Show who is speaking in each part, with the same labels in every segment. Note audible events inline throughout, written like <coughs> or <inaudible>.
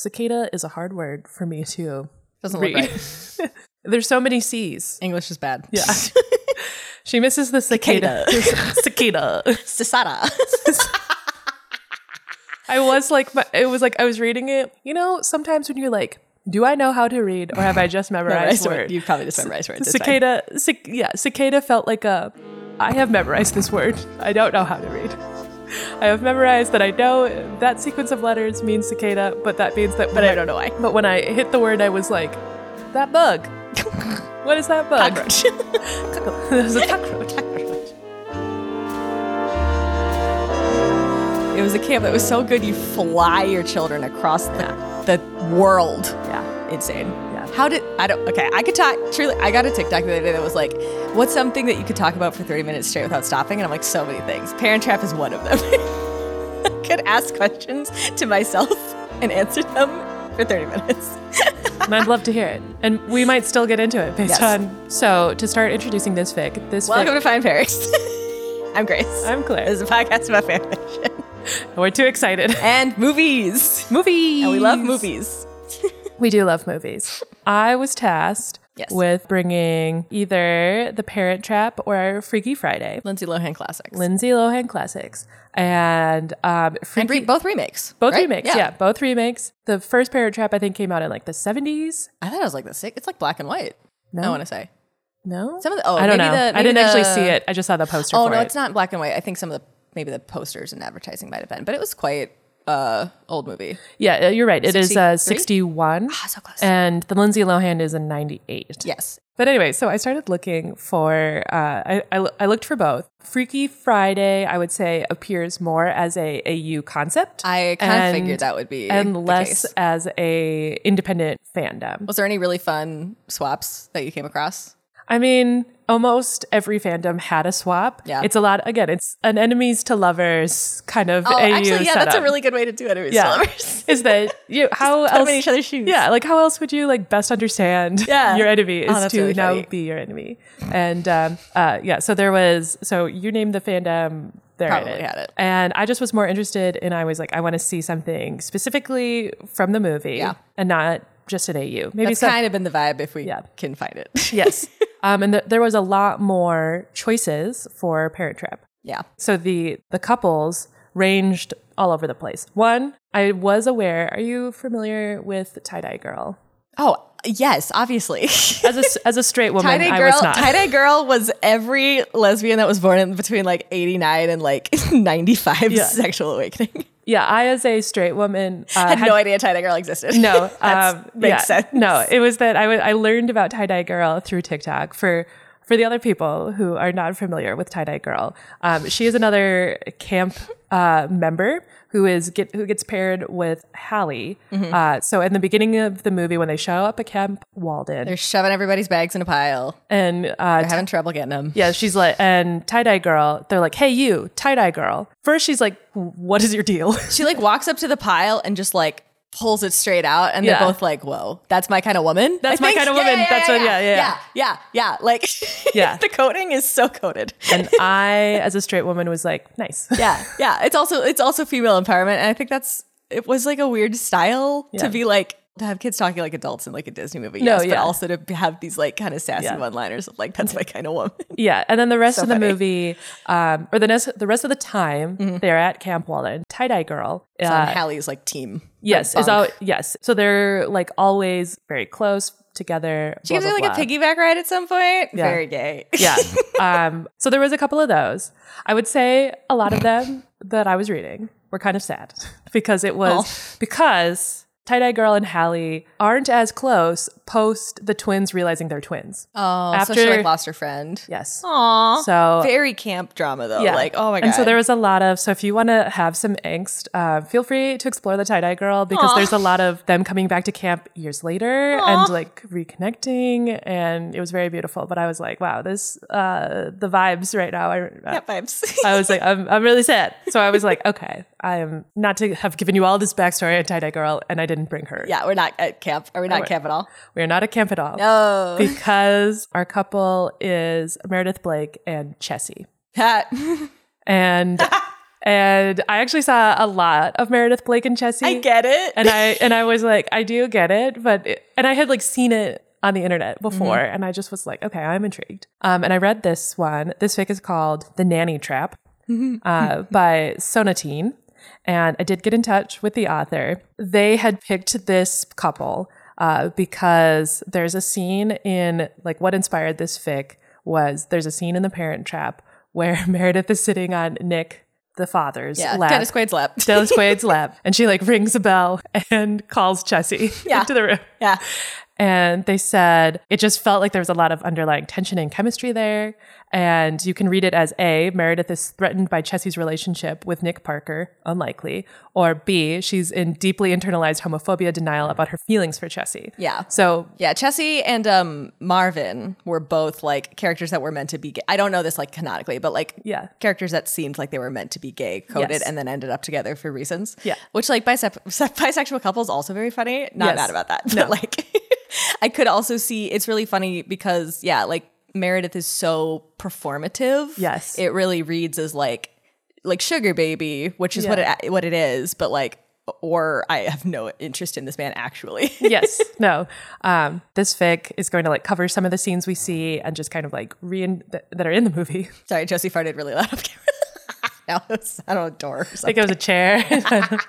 Speaker 1: Cicada is a hard word for me to
Speaker 2: Doesn't
Speaker 1: read. <laughs>
Speaker 2: look right.
Speaker 1: There's so many C's.
Speaker 2: English is bad. <laughs>
Speaker 1: Yeah. <laughs> she misses the cicada. <laughs> cicada.
Speaker 2: Sisada.
Speaker 1: I was like, my- it was like I was reading it. You know, sometimes when you're like, do I know how to read or have I <laughs> just memorized word?
Speaker 2: You probably just memorized words. it's fine.
Speaker 1: Cicada, cic- yeah, cicada felt like a. I have memorized this word. I don't know how to read. <laughs> I have memorized that I know that sequence of letters means cicada, but that means that. But I don't know why. But when I hit the word, I was like, that bug.
Speaker 2: <laughs>
Speaker 1: what is that bug?
Speaker 2: Cockroach.
Speaker 1: Cockroach. <laughs> There's a
Speaker 2: <laughs>
Speaker 1: cockroach.
Speaker 2: It was a camp that was so good you fly your children across the, the world.
Speaker 1: Yeah.
Speaker 2: Insane.
Speaker 1: Yeah.
Speaker 2: How did I don't okay, I could talk truly I got a TikTok the other day that was like, what's something that you could talk about for 30 minutes straight without stopping? And I'm like, so many things. Parent trap is one of them. <laughs> I could ask questions to myself and answer them for 30 minutes.
Speaker 1: and I'd love to hear it. And
Speaker 2: <laughs>
Speaker 1: we might still get into it based
Speaker 2: Yes.
Speaker 1: on. So to start introducing this fic, this
Speaker 2: Welcome
Speaker 1: fic,
Speaker 2: to Find Paris. <laughs> I'm Grace.
Speaker 1: I'm Claire.
Speaker 2: This is a podcast about fan fiction
Speaker 1: we're too
Speaker 2: <laughs>
Speaker 1: excited.
Speaker 2: and movies.
Speaker 1: movies.
Speaker 2: And we love movies.
Speaker 1: We do love movies. I was tasked
Speaker 2: Yes.
Speaker 1: with bringing either The Parent Trap or Freaky Friday,
Speaker 2: Lindsay Lohan classics.
Speaker 1: Lindsay Lohan classics, and um, Freaky,
Speaker 2: and re- both remakes.
Speaker 1: both
Speaker 2: right?
Speaker 1: remakes. Yeah. both remakes. The first Parent Trap I think came out in like the seventies.
Speaker 2: I thought it was like the sick. It's like black and white.
Speaker 1: No.
Speaker 2: I want to say.
Speaker 1: No,
Speaker 2: Some of the- oh,
Speaker 1: I don't
Speaker 2: maybe
Speaker 1: know.
Speaker 2: the-
Speaker 1: I didn't
Speaker 2: maybe
Speaker 1: actually
Speaker 2: the-
Speaker 1: see it. I just saw the poster.
Speaker 2: Oh
Speaker 1: for
Speaker 2: no,
Speaker 1: it.
Speaker 2: it's not black and white. I think some of the maybe the posters and advertising might have been, but it was quite uh old movie.
Speaker 1: Yeah, you're right. It is uh,
Speaker 2: 63?
Speaker 1: sixty-one.
Speaker 2: Ah, so close.
Speaker 1: And the Lindsay Lohan is a ninety-eight.
Speaker 2: Yes.
Speaker 1: But anyway, so I started looking for, uh, I, I, I looked for both. Freaky Friday, I would say, appears more as a AU concept.
Speaker 2: I kind of
Speaker 1: and-
Speaker 2: figured that would be the
Speaker 1: And less
Speaker 2: case.
Speaker 1: as a independent fandom.
Speaker 2: Was there any really fun swaps that you came across?
Speaker 1: I mean, almost every fandom had a swap.
Speaker 2: Yeah.
Speaker 1: It's a lot, again, it's an enemies to lovers kind of
Speaker 2: Oh,
Speaker 1: AU
Speaker 2: actually, yeah, that's a
Speaker 1: setup.
Speaker 2: really good way to do it. It was
Speaker 1: Yeah. <laughs>
Speaker 2: lovers.
Speaker 1: Is that, you, how
Speaker 2: Put them
Speaker 1: else?
Speaker 2: in each other's shoes.
Speaker 1: Yeah, like how else would you like best understand <laughs>
Speaker 2: Yeah.
Speaker 1: your enemy
Speaker 2: Oh,
Speaker 1: is
Speaker 2: that's
Speaker 1: to
Speaker 2: really
Speaker 1: now
Speaker 2: funny.
Speaker 1: be your enemy. And um, uh, yeah, so there was so you named the fandom there
Speaker 2: Probably
Speaker 1: it.
Speaker 2: had it.
Speaker 1: And I just was more interested and I was like I want to see something specifically from the movie
Speaker 2: Yeah.
Speaker 1: and not just an AU. Maybe
Speaker 2: That's
Speaker 1: some-
Speaker 2: kind of been the vibe if we
Speaker 1: Yeah.
Speaker 2: can find it.
Speaker 1: yes. Um, and th- there was a lot more choices for Parent Trap.
Speaker 2: <laughs> yeah.
Speaker 1: So the the couples ranged all over the place. One, I was aware. Are you familiar with Tie Dye Girl?
Speaker 2: Oh, yes, obviously.
Speaker 1: as a, as a straight woman,
Speaker 2: <laughs> Tie dye
Speaker 1: I
Speaker 2: girl.
Speaker 1: was not.
Speaker 2: Tie dye girl was every lesbian that was born in between like eighty nine and like <laughs> ninety five.
Speaker 1: Yeah.
Speaker 2: Sexual awakening.
Speaker 1: yeah, I as a straight woman
Speaker 2: <laughs>
Speaker 1: uh,
Speaker 2: I had, no idea tie dye girl existed.
Speaker 1: No,
Speaker 2: That's-
Speaker 1: um,
Speaker 2: makes
Speaker 1: yeah,
Speaker 2: sense.
Speaker 1: No, it was that I wa- I learned about tie dye girl through TikTok for. For the other people who are not familiar with Tie Dye Girl, um, she is another camp uh, member who is get, who gets paired with Hallie.
Speaker 2: Mm-hmm.
Speaker 1: Uh, so in the beginning of the movie, when they show up at Camp Walden,
Speaker 2: They're shoving everybody's bags in a pile.
Speaker 1: and uh,
Speaker 2: They're having trouble getting them.
Speaker 1: Yeah, she's like, and tie dye girl. They're like, hey, you, tie dye girl. First, she's like, what is your deal? <laughs>
Speaker 2: She like walks up to the pile and just like pulls it straight out, and
Speaker 1: Yeah.
Speaker 2: they're both like, "Whoa, that's my kind of woman."
Speaker 1: That's
Speaker 2: I
Speaker 1: my
Speaker 2: think.
Speaker 1: kind of
Speaker 2: Yeah,
Speaker 1: woman. That's what- yeah, yeah,
Speaker 2: yeah, yeah, yeah. Like, <laughs>
Speaker 1: Yeah.
Speaker 2: the coding is so coded.
Speaker 1: and I, as a straight woman, was like, nice.
Speaker 2: yeah yeah it's also it's also female empowerment and i think that's it was like a weird style
Speaker 1: Yeah.
Speaker 2: to be like to have kids talking like adults in like a disney movie
Speaker 1: No,
Speaker 2: yes, but
Speaker 1: yeah.
Speaker 2: also to have these like kind of sassy
Speaker 1: Yeah.
Speaker 2: one liners of like that's my kind of
Speaker 1: <laughs>
Speaker 2: woman
Speaker 1: <laughs> Yeah, and then the rest
Speaker 2: So
Speaker 1: of the
Speaker 2: funny. Mm-hmm.
Speaker 1: movie, um, or the rest, the rest of the time, they're at Camp Walden. Tie dye girl,
Speaker 2: It's
Speaker 1: uh,
Speaker 2: on hallie's like team
Speaker 1: yes,
Speaker 2: like,
Speaker 1: is
Speaker 2: bunk.
Speaker 1: out. Yes, so they're like always very close together.
Speaker 2: she
Speaker 1: blah,
Speaker 2: gives
Speaker 1: blah,
Speaker 2: her like
Speaker 1: blah.
Speaker 2: a piggyback ride at some point
Speaker 1: Yeah.
Speaker 2: very gay
Speaker 1: Yeah. <laughs> um, so there was a couple of those. I would say a lot of them that I was reading were kind of sad <laughs> because it was
Speaker 2: Oh.
Speaker 1: because Tie Dye Girl and Hallie aren't as close post the twins realizing they're twins.
Speaker 2: oh so she
Speaker 1: After-
Speaker 2: like lost her friend
Speaker 1: Yes.
Speaker 2: Aww.
Speaker 1: So-
Speaker 2: very camp drama though.
Speaker 1: Yeah.
Speaker 2: Like, oh my god.
Speaker 1: And so there was a lot of, so if you want to have some angst, uh, feel free to explore the tie dye girl because there's a lot of them coming back to camp years later and like reconnecting. And it was very beautiful. But I was like, wow, this, uh, the vibes right now. uh, I,
Speaker 2: Camp vibes. <laughs>
Speaker 1: I was like, I'm, I'm really sad. So I was like, okay, I am not to have given you all this backstory on Tie Dye Girl, and I didn't bring her.
Speaker 2: yeah, we're not at camp. Are we not
Speaker 1: we're- Oh.
Speaker 2: camp at all?
Speaker 1: We are not at camp at all.
Speaker 2: No.
Speaker 1: Because our couple is Meredith Blake and Chessie.
Speaker 2: <laughs> That
Speaker 1: And And I actually saw a lot of Meredith Blake and Chessie.
Speaker 2: I <laughs> get it.
Speaker 1: and I and I was like, I do get it, but it, and I had like seen it on the internet before,
Speaker 2: Mm-hmm.
Speaker 1: and I just was like, okay, I'm intrigued. Um, and I read this one. This fic is called "The Nanny Trap"
Speaker 2: Mm-hmm. <laughs>
Speaker 1: uh, by Sonatine, and I did get in touch with the author. They had picked this couple uh, because there's a scene in like what inspired this fic was there's a scene in The Parent Trap where <laughs> Meredith is sitting on Nick. The father's
Speaker 2: yeah,
Speaker 1: lap.
Speaker 2: Dennis Quaid's
Speaker 1: <laughs>
Speaker 2: lap.
Speaker 1: Dallas Quaid's lab. And she like rings a bell and <laughs> calls Chessie
Speaker 2: Yeah.
Speaker 1: into the room.
Speaker 2: yeah.
Speaker 1: And they said it just felt like there was a lot of underlying tension and chemistry there. And you can read it as A, Meredith is threatened by Chessie's relationship with Nick Parker, unlikely, or B, she's in deeply internalized homophobia denial about her feelings for Chessie.
Speaker 2: Yeah.
Speaker 1: So
Speaker 2: Yeah, Chessie and um, Marvin were both like characters that were meant to be gay. I don't know this like canonically, but like
Speaker 1: Yeah.
Speaker 2: characters that seemed like they were meant to be gay coded
Speaker 1: Yes.
Speaker 2: and then ended up together for reasons.
Speaker 1: Yeah.
Speaker 2: Which like bisep- <laughs> bisexual couples also very funny.
Speaker 1: Yes.
Speaker 2: Not mad about that. <laughs>
Speaker 1: No.
Speaker 2: But like I could also see it's really funny because yeah, like Meredith is so performative.
Speaker 1: Yes.
Speaker 2: It really reads as like like sugar baby, which is
Speaker 1: Yeah.
Speaker 2: what it what it is, but like or I have no interest in this man actually. <laughs>
Speaker 1: yes, <laughs> no. Um, this fic is going to like cover some of the scenes we see and just kind of like re th- that are in the movie.
Speaker 2: Sorry, Jesse farted really loud off camera. <laughs> now it's I don't know, a door or
Speaker 1: I
Speaker 2: something.
Speaker 1: think it was a chair. <laughs>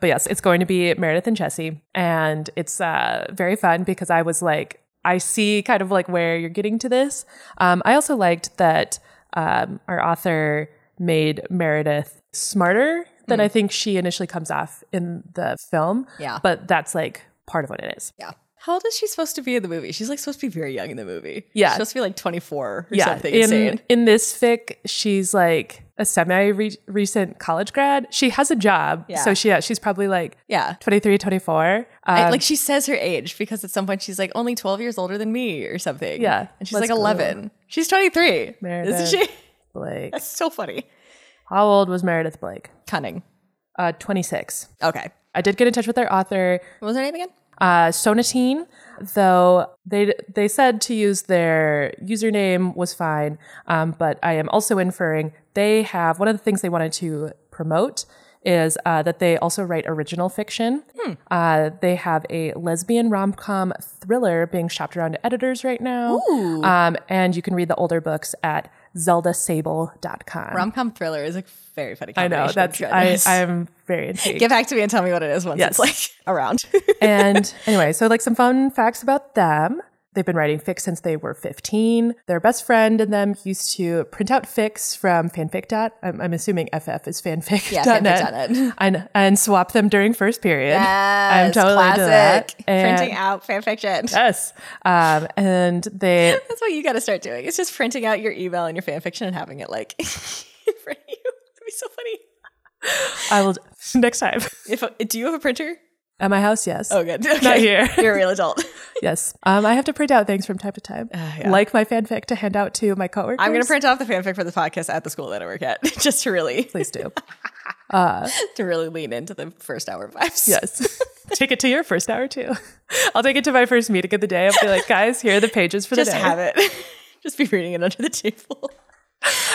Speaker 1: but yes, it's going to be Meredith and Chessie. And it's uh, very fun because I was like, I see kind of like where you're getting to this. Um, I also liked that um, our author made Meredith smarter than I think she initially comes off in the film.
Speaker 2: Hmm. Yeah.
Speaker 1: But that's like part of what it is.
Speaker 2: Yeah. How old is she supposed to be in the movie? She's like supposed to be very young in the movie.
Speaker 1: Yeah.
Speaker 2: She's supposed to be like 24 or something
Speaker 1: in,
Speaker 2: insane.
Speaker 1: In this fic, she's like a semi recent college grad. She has a job.
Speaker 2: Yeah.
Speaker 1: So she, yeah, she's probably like
Speaker 2: Yeah.
Speaker 1: 23, 24. Um,
Speaker 2: I- like she says her age because at some point she's like only 12 years older than me or something.
Speaker 1: Yeah.
Speaker 2: And she's
Speaker 1: Let's
Speaker 2: like
Speaker 1: go.
Speaker 2: 11. She's 23.
Speaker 1: Meredith.
Speaker 2: Isn't she? <laughs>
Speaker 1: Blake.
Speaker 2: That's so funny.
Speaker 1: How old was Meredith Blake?
Speaker 2: Cunning.
Speaker 1: Uh, 26.
Speaker 2: Okay.
Speaker 1: I did get in touch with their author,
Speaker 2: What was her name again?
Speaker 1: uh, Sonatine, though they they said to use their username was fine. Um, but I am also inferring they have one of the things they wanted to promote is uh, that they also write original fiction. Uh, they have a lesbian rom com thriller being shopped around to editors right now. Um, and you can read the older books at zeldasable.com.
Speaker 2: Rom com thriller is a very funny
Speaker 1: I
Speaker 2: combination.
Speaker 1: know
Speaker 2: of
Speaker 1: that's I,
Speaker 2: genres.
Speaker 1: I'm very intrigued.
Speaker 2: Get back to me and tell me what it is once
Speaker 1: Yes.
Speaker 2: it's like <laughs> around. <laughs>
Speaker 1: and anyway, so like some fun facts about them. They've been writing fic since they were 15. Their best friend and them used to print out fics from fanfic. Dot, I'm, I'm assuming FF is fanfic.
Speaker 2: Yeah,
Speaker 1: dot net.
Speaker 2: fanfic.net.
Speaker 1: And, and swap them during first period. I'm
Speaker 2: Yes,
Speaker 1: totally into that.
Speaker 2: classic.
Speaker 1: And-
Speaker 2: Printing out fan fiction.
Speaker 1: Yes. Um, and they,
Speaker 2: That's what you got to start doing. It's just printing out your email and your fan fiction and having it like <laughs> in front of you. It'd be so funny.
Speaker 1: I will, <laughs> next time.
Speaker 2: If do you have a printer?
Speaker 1: At my house, yes.
Speaker 2: Oh, good. Okay.
Speaker 1: here.
Speaker 2: <laughs> You're a real adult.
Speaker 1: Yes. Um, I have to print out things from time to time,
Speaker 2: Uh, yeah.
Speaker 1: like my fanfic to hand out to my coworkers.
Speaker 2: I'm gonna print off the fanfic for the podcast at the school that I work at, <laughs> just to really
Speaker 1: Please do.
Speaker 2: to really lean into the first hour vibes.
Speaker 1: Yes. <laughs> take it to your first hour too. I'll take it to my first meeting of the day. I'll be like, guys, here are the pages for
Speaker 2: <laughs> Just
Speaker 1: the day.
Speaker 2: have it. <laughs> just be reading it under the <laughs> table.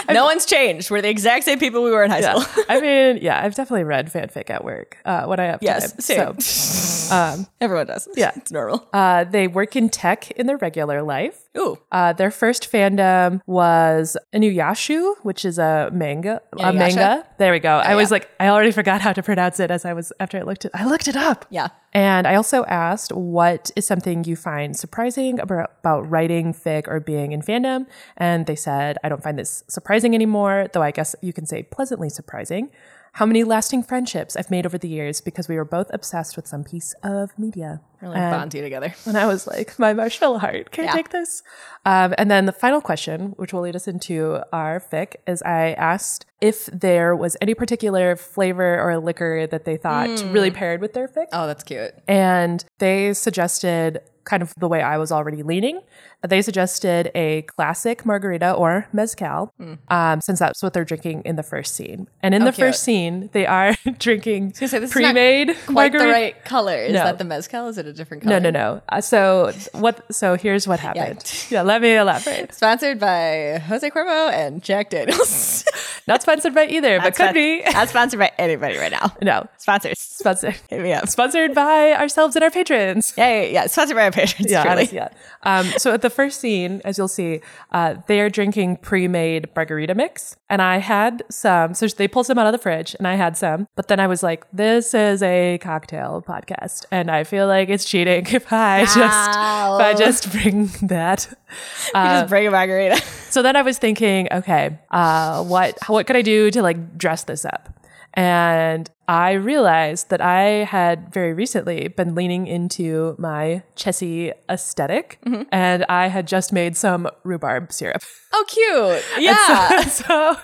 Speaker 2: no one's changed. We're the exact same people we were in high
Speaker 1: Yeah.
Speaker 2: school. <laughs>
Speaker 1: I mean, yeah, I've definitely read fanfic at work uh, when I have
Speaker 2: Yes,
Speaker 1: time.
Speaker 2: same.
Speaker 1: So, um,
Speaker 2: Everyone does.
Speaker 1: Yeah.
Speaker 2: it's normal.
Speaker 1: uh, they work in tech in their regular life.
Speaker 2: Ooh,
Speaker 1: Uh, their first fandom was Inuyasha, which is a manga. A
Speaker 2: Inuyasha?
Speaker 1: manga. There we go. I was
Speaker 2: yeah.
Speaker 1: like, I already forgot how to pronounce it as I was after I looked it. I looked it up.
Speaker 2: Yeah.
Speaker 1: And I also asked, what is something you find surprising about, about writing fic or being in fandom? And they said, I don't find this surprising anymore, though I guess you can say pleasantly surprising. How many lasting friendships I've made over the years because we were both obsessed with some piece of media.
Speaker 2: really bond you together.
Speaker 1: And I was like, my martial heart, can I
Speaker 2: Yeah.
Speaker 1: take this? Um, and then the final question, which will lead us into our fic, is I asked if there was any particular flavor or liquor that they thought
Speaker 2: Hmm.
Speaker 1: really paired with their fic.
Speaker 2: Oh, that's cute.
Speaker 1: And they suggested kind of the way I was already leaning They suggested a classic margarita or mezcal,
Speaker 2: Hmm.
Speaker 1: um, since that's what they're drinking in the first scene. And in the
Speaker 2: cute.
Speaker 1: first scene, they are <laughs> drinking
Speaker 2: gonna say, this is not
Speaker 1: pre-made
Speaker 2: Quite the
Speaker 1: margarita.
Speaker 2: right color. Is
Speaker 1: No.
Speaker 2: that the mezcal? Is it a different
Speaker 1: No, no,
Speaker 2: color?
Speaker 1: no. Uh, so what? So here's
Speaker 2: <laughs>
Speaker 1: what happened. yeah let me elaborate.
Speaker 2: Sponsored by Jose Cuervo and Jack <laughs> Daniels.
Speaker 1: Not sponsored by either, but could be.
Speaker 2: Not sponsored by anybody right now.
Speaker 1: <laughs> No,
Speaker 2: Sponsors.
Speaker 1: sponsored.
Speaker 2: Hit me up.
Speaker 1: Sponsored by ourselves and our patrons.
Speaker 2: Yeah, yeah, yeah. Sponsored by our patrons.
Speaker 1: Yeah,
Speaker 2: truly.
Speaker 1: honestly, yeah. Um, so at the first scene, as you'll see, uh, they are drinking pre-made margarita mix, and I had some. So they pulled some out of the fridge, and I had some. But then I was like, "This is a cocktail podcast, and I feel like it's cheating if I <laughs> just if I
Speaker 2: Wow.
Speaker 1: just bring that."
Speaker 2: You just bring a margarita.
Speaker 1: So then I was thinking, okay, uh, what what could I do to like dress this up? And I realized that I had very recently been leaning into my chessy esthetic
Speaker 2: Mm-hmm.
Speaker 1: and I had just made some rhubarb syrup.
Speaker 2: <laughs>
Speaker 1: <laughs>
Speaker 2: Oh, cute. Yeah.
Speaker 1: so,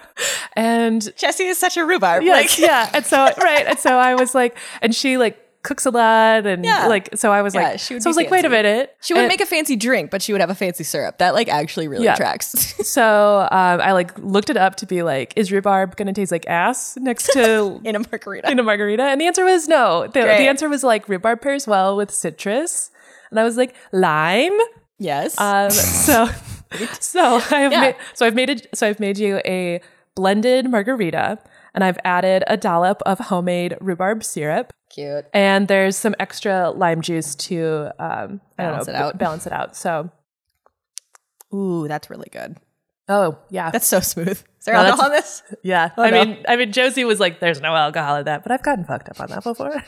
Speaker 1: and
Speaker 2: <laughs> Jesse is such a rhubarb.
Speaker 1: Yes,
Speaker 2: Ah. Like,
Speaker 1: yeah. And
Speaker 2: <laughs>
Speaker 1: so right. And so I was like, and she like cooks a lot and
Speaker 2: Yeah.
Speaker 1: like so I was
Speaker 2: Yeah,
Speaker 1: like
Speaker 2: she would
Speaker 1: so I
Speaker 2: be
Speaker 1: was like, wait a
Speaker 2: fancy.
Speaker 1: minute.
Speaker 2: she wouldn't
Speaker 1: And-
Speaker 2: make a fancy drink, but she would have a fancy syrup. That like actually really
Speaker 1: Yeah.
Speaker 2: attracts.
Speaker 1: So um, I like looked it up to be like, is rhubarb gonna taste like ass next
Speaker 2: <laughs>
Speaker 1: to
Speaker 2: <laughs> in a margarita.
Speaker 1: in a margarita? And the answer was no. The, the
Speaker 2: Great.
Speaker 1: answer was like rhubarb pairs well with citrus, and I was like lime.
Speaker 2: yes.
Speaker 1: <laughs> Um, so so I've
Speaker 2: Yeah.
Speaker 1: made, so I've made it so I've made you a blended margarita, and I've added a dollop of homemade rhubarb syrup.
Speaker 2: cute.
Speaker 1: And there's some extra lime juice to um, I don't
Speaker 2: Balance
Speaker 1: know,
Speaker 2: it out.
Speaker 1: balance it out. So,
Speaker 2: Ooh, that's really good.
Speaker 1: oh yeah,
Speaker 2: That's so smooth. Is there
Speaker 1: No,
Speaker 2: alcohol in this?
Speaker 1: Yeah, I
Speaker 2: no.
Speaker 1: mean, I mean, Josie was like, "There's no alcohol in that," but I've gotten fucked up on that before.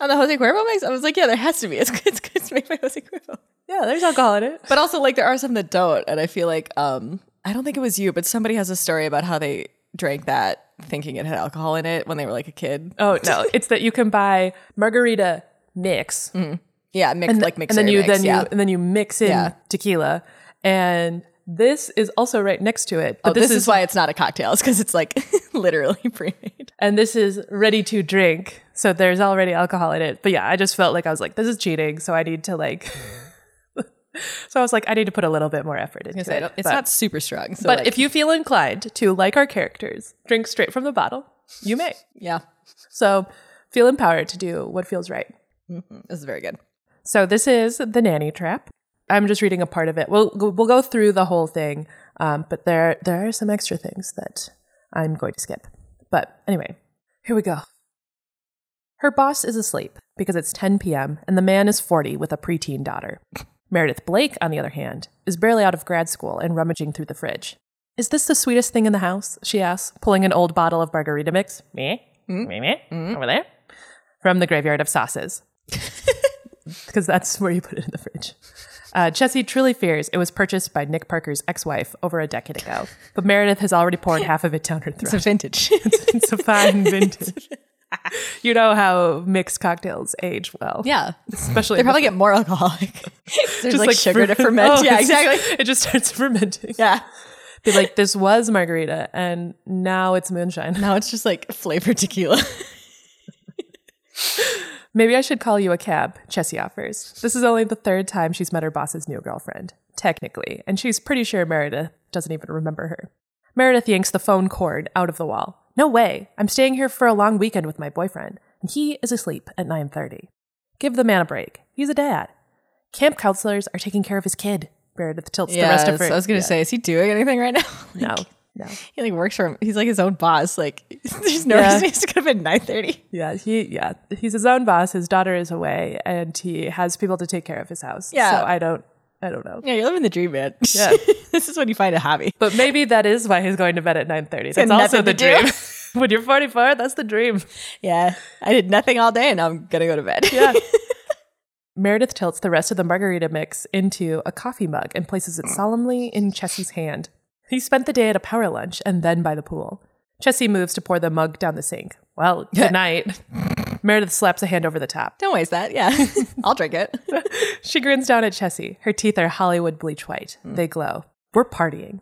Speaker 2: On the Jose Cuervo mix? I was like, yeah, there has to be. It's, it's, it's made by Jose Cuervo.
Speaker 1: yeah, there's alcohol in it.
Speaker 2: But also, like, there are some that don't. And I feel like, um, I don't think it was you, but somebody has a story about how they drank that thinking it had alcohol in it when they were like a kid.
Speaker 1: Oh
Speaker 2: <laughs>
Speaker 1: no, it's that you can buy margarita mix,
Speaker 2: Yeah, mixed, Mm, like mixed
Speaker 1: and then you
Speaker 2: mix,
Speaker 1: then
Speaker 2: yeah.
Speaker 1: you and then you mix in
Speaker 2: Yeah.
Speaker 1: tequila, and this is also right next to it. But
Speaker 2: Oh, this, is, why it's not a cocktail. It's because it's like <laughs> literally pre-made.
Speaker 1: and this is ready to drink, so there's already alcohol in it. But yeah, I just felt like I was like, "This is cheating," so I need to like. <laughs> so I was like, I need to put a little bit more effort into it.
Speaker 2: It's
Speaker 1: but-
Speaker 2: not super strong. So
Speaker 1: But
Speaker 2: like,
Speaker 1: if you feel inclined to, like our characters, drink straight from the bottle, you may.
Speaker 2: yeah,
Speaker 1: So feel empowered to do what feels right.
Speaker 2: this is very good.
Speaker 1: So this is The Nanny Trap. I'm just reading a part of it. We'll, we'll go through the whole thing, um, but there, there are some extra things that I'm going to skip. But anyway, here we go. Her boss is asleep because it's 10 p.m. and the man is 40 with a preteen daughter. Meredith Blake, on the other hand, is barely out of grad school and rummaging through the fridge. Is this the sweetest thing in the house? she asks, pulling an old bottle of margarita mix. Me? Me, me? Over there? From the graveyard of sauces. Because that's where you put it in the fridge. Uh, Jesse truly fears it was purchased by Nick Parker's ex wife over a decade ago, but Meredith has already poured half of it down her throat
Speaker 2: It's a vintage.
Speaker 1: it's a fine vintage. you know how mixed cocktails age well.
Speaker 2: <laughs> yeah,
Speaker 1: Especially
Speaker 2: they probably get more alcoholic. <laughs> There's like, sugar to
Speaker 1: fer-
Speaker 2: ferment.
Speaker 1: Oh, it's-
Speaker 2: yeah, exactly.
Speaker 1: It just starts <laughs> fermenting.
Speaker 2: Yeah.
Speaker 1: Be like, this was margarita and now it's moonshine.
Speaker 2: Now it's just like flavored tequila. <laughs>
Speaker 1: Maybe I should call you a cab, Chessie offers. This is only the third time she's met her boss's new girlfriend, technically, and she's pretty sure Meredith doesn't even remember her. Meredith yanks the phone cord out of the wall. No way. I'm staying here for a long weekend with my boyfriend, and he is asleep at 9:30. Give the man a break. He's a dad. Camp counselors are taking care of his kid. Meredith tilts the rest of her.
Speaker 2: I was gonna say, is he doing anything right now? Like,
Speaker 1: no, no.
Speaker 2: <laughs> He like works for him. He's like his own boss. Like <laughs> there's no
Speaker 1: Yeah.
Speaker 2: reason he's gonna been nine thirty.
Speaker 1: Yeah, he yeah, he's his own boss. His daughter is away, and he has people to take care of his house.
Speaker 2: Yeah.
Speaker 1: so I don't, I don't know.
Speaker 2: Yeah, you're living the dream, <laughs> man.
Speaker 1: Yeah.
Speaker 2: this is when you find a hobby.
Speaker 1: But maybe that is why he's going to bed at 9.30. That's
Speaker 2: got
Speaker 1: also
Speaker 2: nothing
Speaker 1: the
Speaker 2: to do.
Speaker 1: dream. <laughs> when you're 44, that's the dream.
Speaker 2: Yeah, I did nothing all day, and now I'm gonna go to bed.
Speaker 1: Yeah. <laughs> Meredith tilts the rest of the margarita mix into a coffee mug and places it solemnly in Chessie's hand. He spent the day at a power lunch and then by the pool. Chessie moves to pour the mug down the sink. Well, good night. Meredith slaps a hand over the top.
Speaker 2: <laughs> Don't waste that. Yeah, <laughs> I'll drink it.
Speaker 1: She grins down at Chessie. Her teeth are Hollywood bleach white.
Speaker 2: Mm.
Speaker 1: They glow. We're partying.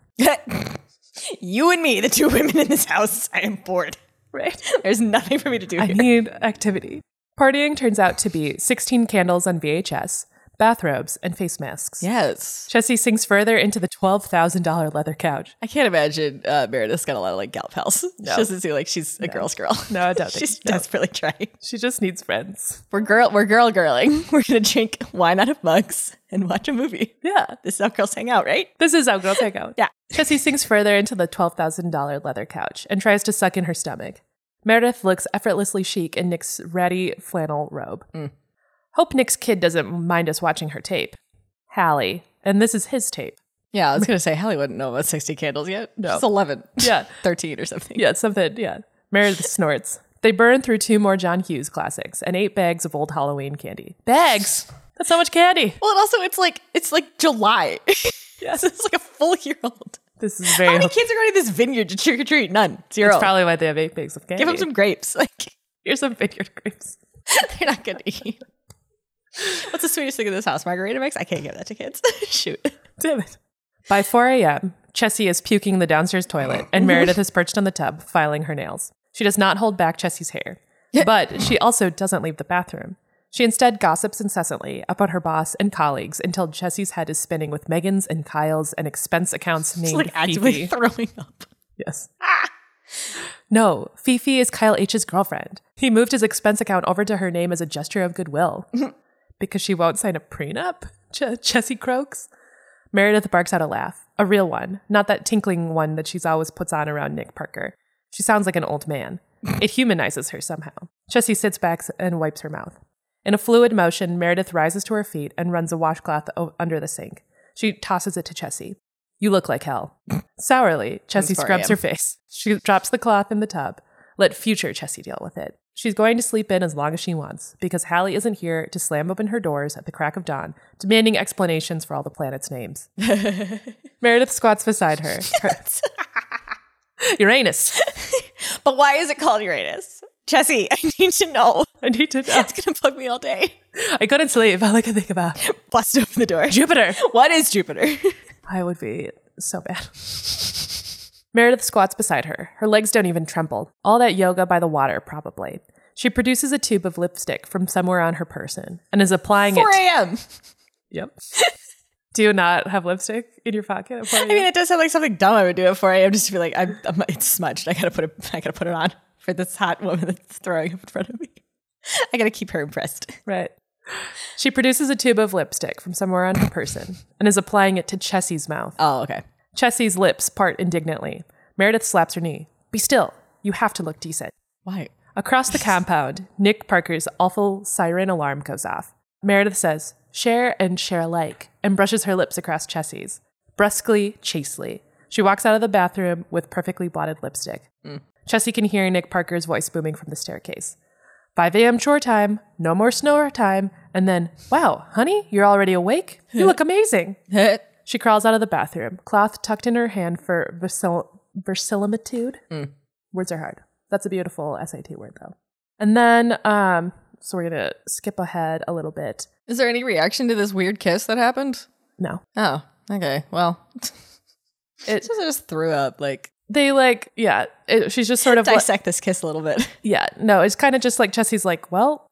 Speaker 2: you and me, the two women in this house. I am bored. <laughs>
Speaker 1: Right.
Speaker 2: There's nothing for me to do
Speaker 1: I
Speaker 2: here.
Speaker 1: need activity. Partying turns out to be 16 candles on VHS, bathrobes, and face masks.
Speaker 2: Yes.
Speaker 1: Chessie sinks further into the $12,000 leather couch.
Speaker 2: I can't imagine uh, Meredith's got a lot of like gal pals.
Speaker 1: No.
Speaker 2: She doesn't seem like she's a girl's girl.
Speaker 1: No, I
Speaker 2: <laughs>
Speaker 1: don't think
Speaker 2: she's
Speaker 1: so.
Speaker 2: desperately trying.
Speaker 1: She just needs friends.
Speaker 2: We're girl. We're girl girling. <laughs> We're gonna drink wine out of mugs and watch a movie.
Speaker 1: Yeah.
Speaker 2: This is how girls hang out, right?
Speaker 1: This is how girls hang out.
Speaker 2: Yeah.
Speaker 1: Chessie sinks further into the $12,000 leather couch and tries to suck in her stomach. Meredith looks effortlessly chic in Nick's ratty flannel robe. Hope Nick's kid doesn't mind us watching her tape. Hallie. And this is his tape.
Speaker 2: Yeah, I was gonna say Hallie wouldn't know about sixty candles yet. No, it's eleven.
Speaker 1: Yeah.
Speaker 2: <laughs> thirteen or something.
Speaker 1: Yeah, something. Yeah. Meredith snorts. They burn through two more John Hughes classics and eight bags of old Halloween candy. Bags! That's so much candy.
Speaker 2: Well, and also it's like it's like July. <laughs> Yes, it's like a full year old.
Speaker 1: This is
Speaker 2: How
Speaker 1: very.
Speaker 2: many kids are going to this vineyard to trick or treat? None. Zero.
Speaker 1: That's probably why they have eight bags of candy.
Speaker 2: Give them some grapes. <laughs> Like
Speaker 1: Here's some figured grapes.
Speaker 2: they're not going to eat. What's the sweetest thing in this house? Margarita mix. I can't give that to kids. <laughs> Shoot.
Speaker 1: Damn it. By 4 a.m., Chessie is puking in the downstairs toilet,
Speaker 2: <laughs>
Speaker 1: and Meredith is perched on the tub, filing her nails. She does not hold back Chessie's hair, but she also doesn't leave the bathroom. She instead gossips incessantly about her boss and colleagues until Chessie's head is spinning with Megan's and Kyle's and expense accounts named
Speaker 2: It's like actively
Speaker 1: Fifi.
Speaker 2: throwing up.
Speaker 1: Yes. No, Fifi is Kyle H's girlfriend. He moved his expense account over to her name as a gesture of goodwill because she won't sign a prenup. Ch- Jesse croaks. Meredith barks out a laugh, a real one, not that tinkling one that she's always puts on around Nick Parker. She sounds like an old man. It humanizes her somehow. Jessie sits back and wipes her mouth. In a fluid motion, Meredith rises to her feet and runs a washcloth o- under the sink. She tosses it to Chessie. You look like hell. Sourly, Chessie
Speaker 2: sorry,
Speaker 1: scrubs
Speaker 2: Em.
Speaker 1: her face. She drops the cloth in the tub. Let future Chessie deal with it. She's going to sleep in as long as she wants because Hallie isn't here to slam open her doors at the crack of dawn, demanding explanations for all the planets' names. Meredith squats beside her. Her- Uranus.
Speaker 2: But why is it called Uranus? Jesse, <laughs> I need to know.
Speaker 1: I need to know.
Speaker 2: It's going to bug me all day.
Speaker 1: I couldn't sleep. All I could think about
Speaker 2: Bust open the door.
Speaker 1: Jupiter.
Speaker 2: What is Jupiter? <laughs>
Speaker 1: I would be so bad. Meredith squats beside her. Her legs don't even tremble. All that yoga by the water, probably. She produces a tube of lipstick from somewhere on her person and is applying
Speaker 2: 4
Speaker 1: it.
Speaker 2: a.m.
Speaker 1: Yep. <laughs> Do you not have lipstick in your pocket? at 4
Speaker 2: I mean,
Speaker 1: a.m.?
Speaker 2: it does sound like something dumb I would do at 4 a.m. Just to be like, I'm, I'm, it's smudged. I gotta put it. I gotta put it on for this hot woman that's throwing up in front of me. I gotta keep her impressed.
Speaker 1: right. She produces a tube of lipstick from somewhere on her person and is applying it to Chessie's mouth.
Speaker 2: Oh, okay.
Speaker 1: Chessie's lips part indignantly. Meredith slaps her knee. Be still. You have to look decent.
Speaker 2: <laughs> Why?
Speaker 1: Across the compound, Nick Parker's awful siren alarm goes off. Meredith says, share and share alike, and brushes her lips across Chessie's. Brusquely, chastely. She walks out of the bathroom with perfectly blotted lipstick. Chessie can hear Nick Parker's voice booming from the staircase. 5 a.m. chore time, no more snore time, and then, wow, honey, you're already awake? You look amazing. She crawls out of the bathroom, cloth tucked in her hand for versil- verisimilitude. Words are hard. That's a beautiful SAT word, though. And then, um, so we're going to skip ahead a little bit.
Speaker 2: is there any reaction to this weird kiss that happened?
Speaker 1: No.
Speaker 2: Oh, okay. Well, <laughs>
Speaker 1: It,
Speaker 2: I just threw up. Like
Speaker 1: they like, yeah, it, she's just sort of, like,
Speaker 2: dissect this kiss a little bit.
Speaker 1: yeah, no, it's kind of just like Jesse's like, well,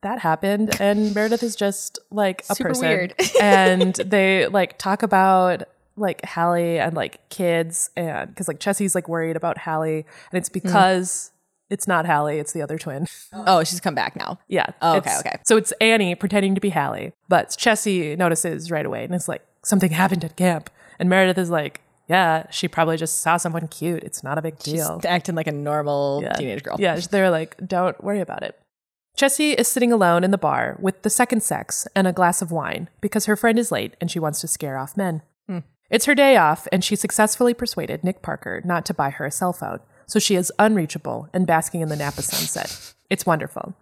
Speaker 1: that happened. And Meredith is just like a
Speaker 2: Super
Speaker 1: person.
Speaker 2: weird. <laughs>
Speaker 1: and they like talk about like Hallie and like kids and because like Chessie's like worried about Hallie and
Speaker 2: Mm.
Speaker 1: it's because it's not Hallie, it's the other twin. <laughs>
Speaker 2: Oh, she's come back now.
Speaker 1: Yeah.
Speaker 2: Oh,
Speaker 1: it's-
Speaker 2: okay, okay.
Speaker 1: So it's Annie pretending to be Hallie, but Chessie notices right away and it's like, something happened at camp. And Meredith is like, yeah, she probably just saw someone cute. It's not a big
Speaker 2: She's
Speaker 1: deal.
Speaker 2: acting like a normal
Speaker 1: Yeah.
Speaker 2: teenage girl.
Speaker 1: Yeah, they're like, don't worry about it. Chessie is sitting alone in the bar with the second sex and a glass of wine because her friend is late and she wants to scare off men. It's her day off, and she successfully persuaded Nick Parker not to buy her a cell phone, so she is unreachable and basking in the Napa sunset. It's wonderful.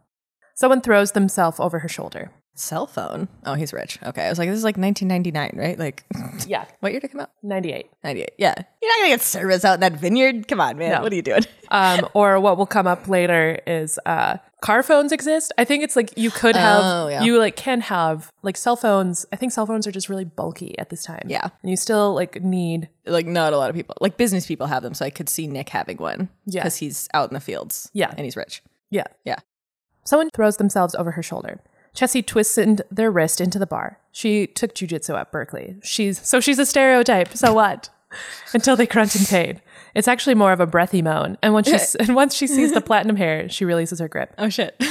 Speaker 1: Someone throws themselves over her shoulder.
Speaker 2: Cell phone. Oh, he's rich. Okay. I was like, this is like 1999, right? Like, <laughs>
Speaker 1: Yeah,
Speaker 2: what year did it come out?
Speaker 1: 98.
Speaker 2: 98. Yeah. You're not gonna get service out in that vineyard. Come on, man.
Speaker 1: No.
Speaker 2: What are you doing? <laughs>
Speaker 1: Um, or what will come up later is uh, car phones exist. I think it's like you could have,
Speaker 2: Oh, yeah.
Speaker 1: you like can have like cell phones. I think cell phones are just really bulky at this time.
Speaker 2: Yeah.
Speaker 1: and you still like need.
Speaker 2: like not a lot of people like business people have them so i could see nick having one
Speaker 1: Yeah.
Speaker 2: because he's out in the fields
Speaker 1: Yeah.
Speaker 2: and he's rich
Speaker 1: Yeah,
Speaker 2: yeah
Speaker 1: someone throws themselves over her shoulder. Chessie twisted their wrist into the bar. She took jujitsu at Berkeley. She's so she's a stereotype. So what? <laughs> Until they grunt in pain. It's actually more of a breathy moan. And
Speaker 2: <laughs>
Speaker 1: when she and once she sees the platinum hair, she releases her grip.
Speaker 2: Oh <laughs> shit.
Speaker 1: <laughs>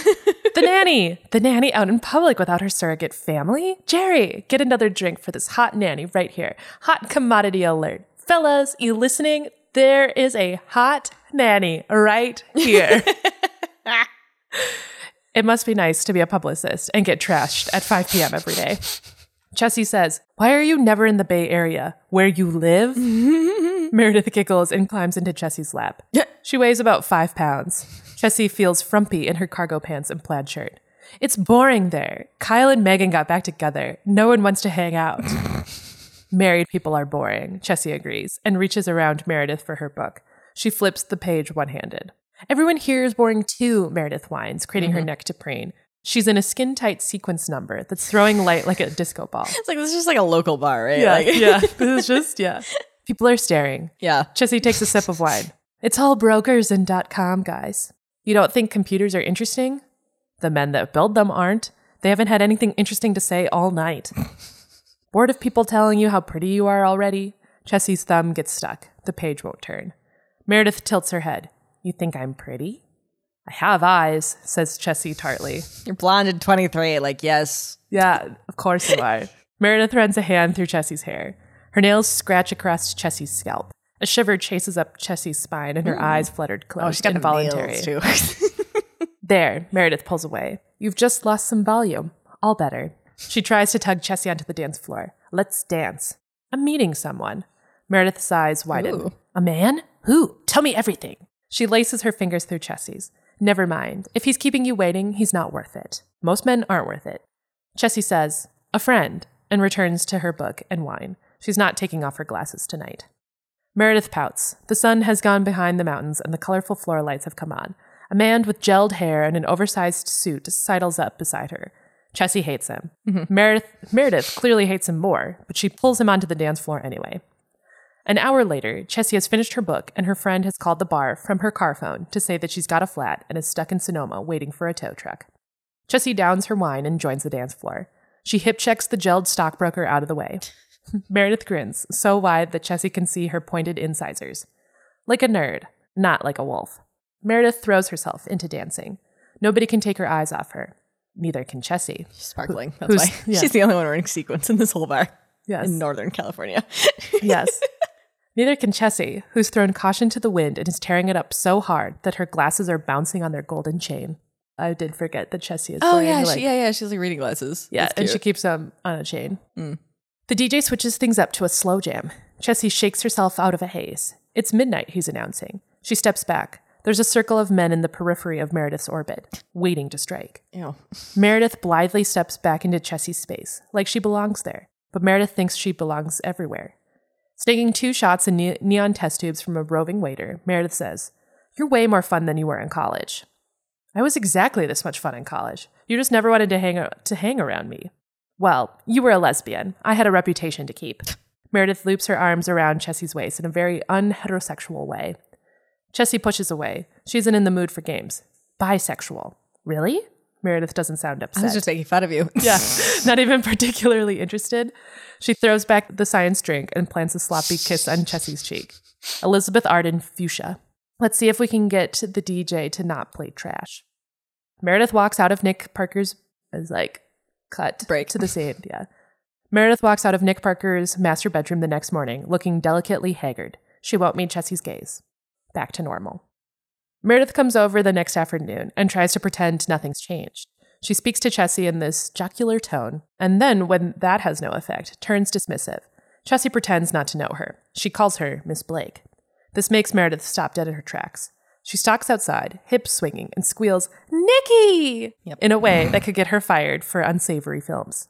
Speaker 1: The nanny, the nanny out in public without her surrogate family. Jerry, get another drink for this hot nanny right here. Hot commodity alert, fellas. You listening? There is a hot nanny right here. It must be nice to be a publicist and get trashed at 5 p.m. every day. Chessie says, Why are you never in the Bay Area where you live? Meredith giggles and climbs into Chessie's lap. She weighs about five pounds. Chessie feels frumpy in her cargo pants and plaid shirt. It's boring there. Kyle and Megan got back together. No one wants to hang out. Married people are boring, Chessie agrees, and reaches around Meredith for her book. She flips the page one handed. Everyone here is boring too, Meredith whines, craning her neck to preen. She's in a skin tight sequence number that's throwing light like a disco ball.
Speaker 2: It's like this is just like a local bar, right?
Speaker 1: Yeah,
Speaker 2: Like-
Speaker 1: yeah. This is just, yeah. People are staring.
Speaker 2: <laughs> yeah.
Speaker 1: Chessie takes a sip of wine. It's all brokers and dot com guys. You don't think computers are interesting? The men that build them aren't. They haven't had anything interesting to say all night. Bored of people telling you how pretty you are already? Chessie's thumb gets stuck. The page won't turn. Meredith tilts her head. You think I'm pretty? I have eyes, says Chessie tartly.
Speaker 2: You're blonde and 23. Like, yes.
Speaker 1: Yeah, of course you
Speaker 2: <laughs>
Speaker 1: are. Meredith runs a hand through Chessie's hair. Her nails scratch across Chessie's scalp. A shiver chases up Chessie's spine and her eyes fluttered closed.
Speaker 2: Hmm. Oh, she's got
Speaker 1: involuntary.
Speaker 2: nails too. <laughs>
Speaker 1: There, Meredith pulls away. You've just lost some volume. All better. She tries to tug Chessie onto the dance floor. Let's dance. I'm meeting someone. Meredith's eyes widen.
Speaker 2: Ooh.
Speaker 1: A man? Who? Tell me everything. She laces her fingers through Chessie's. Never mind. If he's keeping you waiting, he's not worth it. Most men aren't worth it. Chessie says, A friend, and returns to her book and wine. She's not taking off her glasses tonight. Meredith pouts. The sun has gone behind the mountains and the colorful floor lights have come on. A man with gelled hair and an oversized suit sidles up beside her. Chessie hates him. Meredith, Meredith clearly hates him more, but she pulls him onto the dance floor anyway. An hour later, Chessie has finished her book and her friend has called the bar from her car phone to say that she's got a flat and is stuck in Sonoma waiting for a tow truck. Chessie downs her wine and joins the dance floor. She hip checks the gelled stockbroker out of the way. Meredith grins, so wide that Chessie can see her pointed incisors. Like a nerd, not like a wolf. Meredith throws herself into dancing. Nobody can take her eyes off her. Neither can Chessie.
Speaker 2: Sparkling. That's
Speaker 1: Who's-
Speaker 2: why. <laughs>
Speaker 1: yeah.
Speaker 2: She's the only one wearing sequins in this whole bar
Speaker 1: Yes.
Speaker 2: in Northern California.
Speaker 1: <laughs>
Speaker 2: <laughs>
Speaker 1: yes. Neither can Chessie, who's thrown caution to the wind and is tearing it up so hard that her glasses are bouncing on their golden chain. I did forget that Chessie is wearing like,
Speaker 2: Oh, yeah, yeah. She's like reading glasses.
Speaker 1: Yeah, and she keeps them on a chain. The DJ switches things up to a slow jam. Chessie shakes herself out of a haze. It's midnight, he's announcing. She steps back. There's a circle of men in the periphery of Meredith's orbit, waiting to strike.
Speaker 2: Ew.
Speaker 1: Meredith blithely steps back into Chessie's space, like she belongs there, but Meredith thinks she belongs everywhere. Snaking two shots in ne- neon test tubes from a roving waiter, Meredith says, You're way more fun than you were in college. I was exactly this much fun in college. You just never wanted to hang, ar- to hang around me. Well, you were a lesbian. I had a reputation to keep. Meredith loops her arms around Chessie's waist in a very unheterosexual way. Chessie pushes away. She isn't in the mood for games. Bisexual. Really? Meredith doesn't sound upset.
Speaker 2: I was just making fun of you. <laughs>
Speaker 1: <laughs> Yeah, not even particularly interested. She throws back the science drink and plants a sloppy kiss on Chessie's cheek. Elizabeth Arden Fuchsia. Let's see if we can get the DJ to not play trash. Meredith walks out of Nick Parker's is like cut
Speaker 2: Break.
Speaker 1: to the sand. <laughs> Yeah. Meredith walks out of Nick Parker's master bedroom the next morning, looking delicately haggard. She won't meet Chessie's gaze. Back to normal. Meredith comes over the next afternoon and tries to pretend nothing's changed. She speaks to Chessie in this jocular tone, and then, when that has no effect, turns dismissive. Chessie pretends not to know her. She calls her Miss Blake. This makes Meredith stop dead in her tracks. She stalks outside, hips swinging, and squeals, Nikki!
Speaker 2: Yep.
Speaker 1: in a way that could get her fired for unsavory films.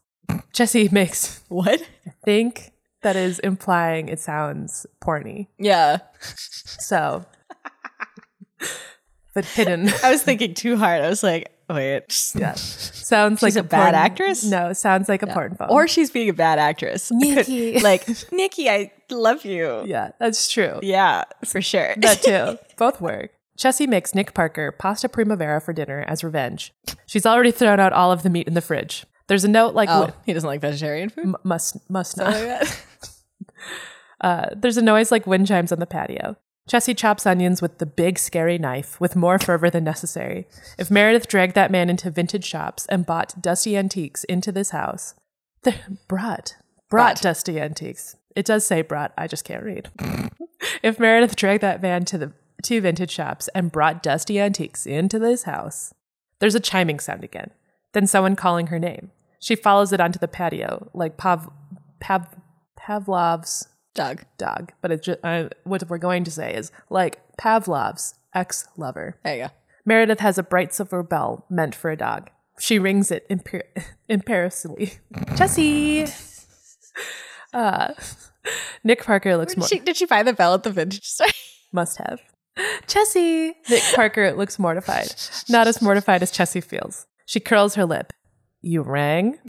Speaker 1: Chessie <laughs> makes
Speaker 2: What?
Speaker 1: think that is implying it sounds porny.
Speaker 2: Yeah.
Speaker 1: So, <laughs> but
Speaker 2: <laughs>
Speaker 1: hidden.
Speaker 2: I was thinking too hard. I was like, wait.
Speaker 1: Yeah. Sounds like
Speaker 2: She's a bad
Speaker 1: porn-
Speaker 2: actress?
Speaker 1: No, sounds like a porn film.
Speaker 2: Or she's being a bad actress. <laughs> I could-
Speaker 1: Nikki.
Speaker 2: like, Nikki, I love you. <laughs>
Speaker 1: yeah, that's true.
Speaker 2: Yeah, for sure. <laughs>
Speaker 1: That too. Both work. Chessie makes Nick Parker pasta primavera for dinner as revenge. She's already thrown out all of the meat in the fridge. There's a note like
Speaker 2: Oh,
Speaker 1: "Look,
Speaker 2: he doesn't like vegetarian <laughs> food. Oh
Speaker 1: m- must must
Speaker 2: Something
Speaker 1: not.
Speaker 2: like that.
Speaker 1: Uh, there's a noise like wind chimes on the patio. Chessie chops onions with the big scary knife with more fervor than necessary. If Meredith dragged that man into vintage shops and bought dusty antiques into this house, <laughs> the, brought, brought dusty antiques. It does say brought. I just can't read. <laughs> if Meredith dragged that man to the to vintage shops and brought dusty antiques into this house, there's a chiming sound again. Then someone calling her name. She follows it onto the patio like Pav, Pav, Pavlov's
Speaker 2: Dog.
Speaker 1: dog, but it just, uh, what we're going to say is like Pavlov's ex lover.
Speaker 2: There you go.
Speaker 1: Meredith has a bright silver bell meant for a dog. She rings it <laughs> imper- imperiously. Jessie! <laughs> Uh, <laughs> Nick Parker looks more.
Speaker 2: Did she, did she buy the bell at the <laughs> vintage store?
Speaker 1: Must have. Chessie! Nick Parker looks mortified. Not as mortified as Chessie feels. She curls her lip. You rang?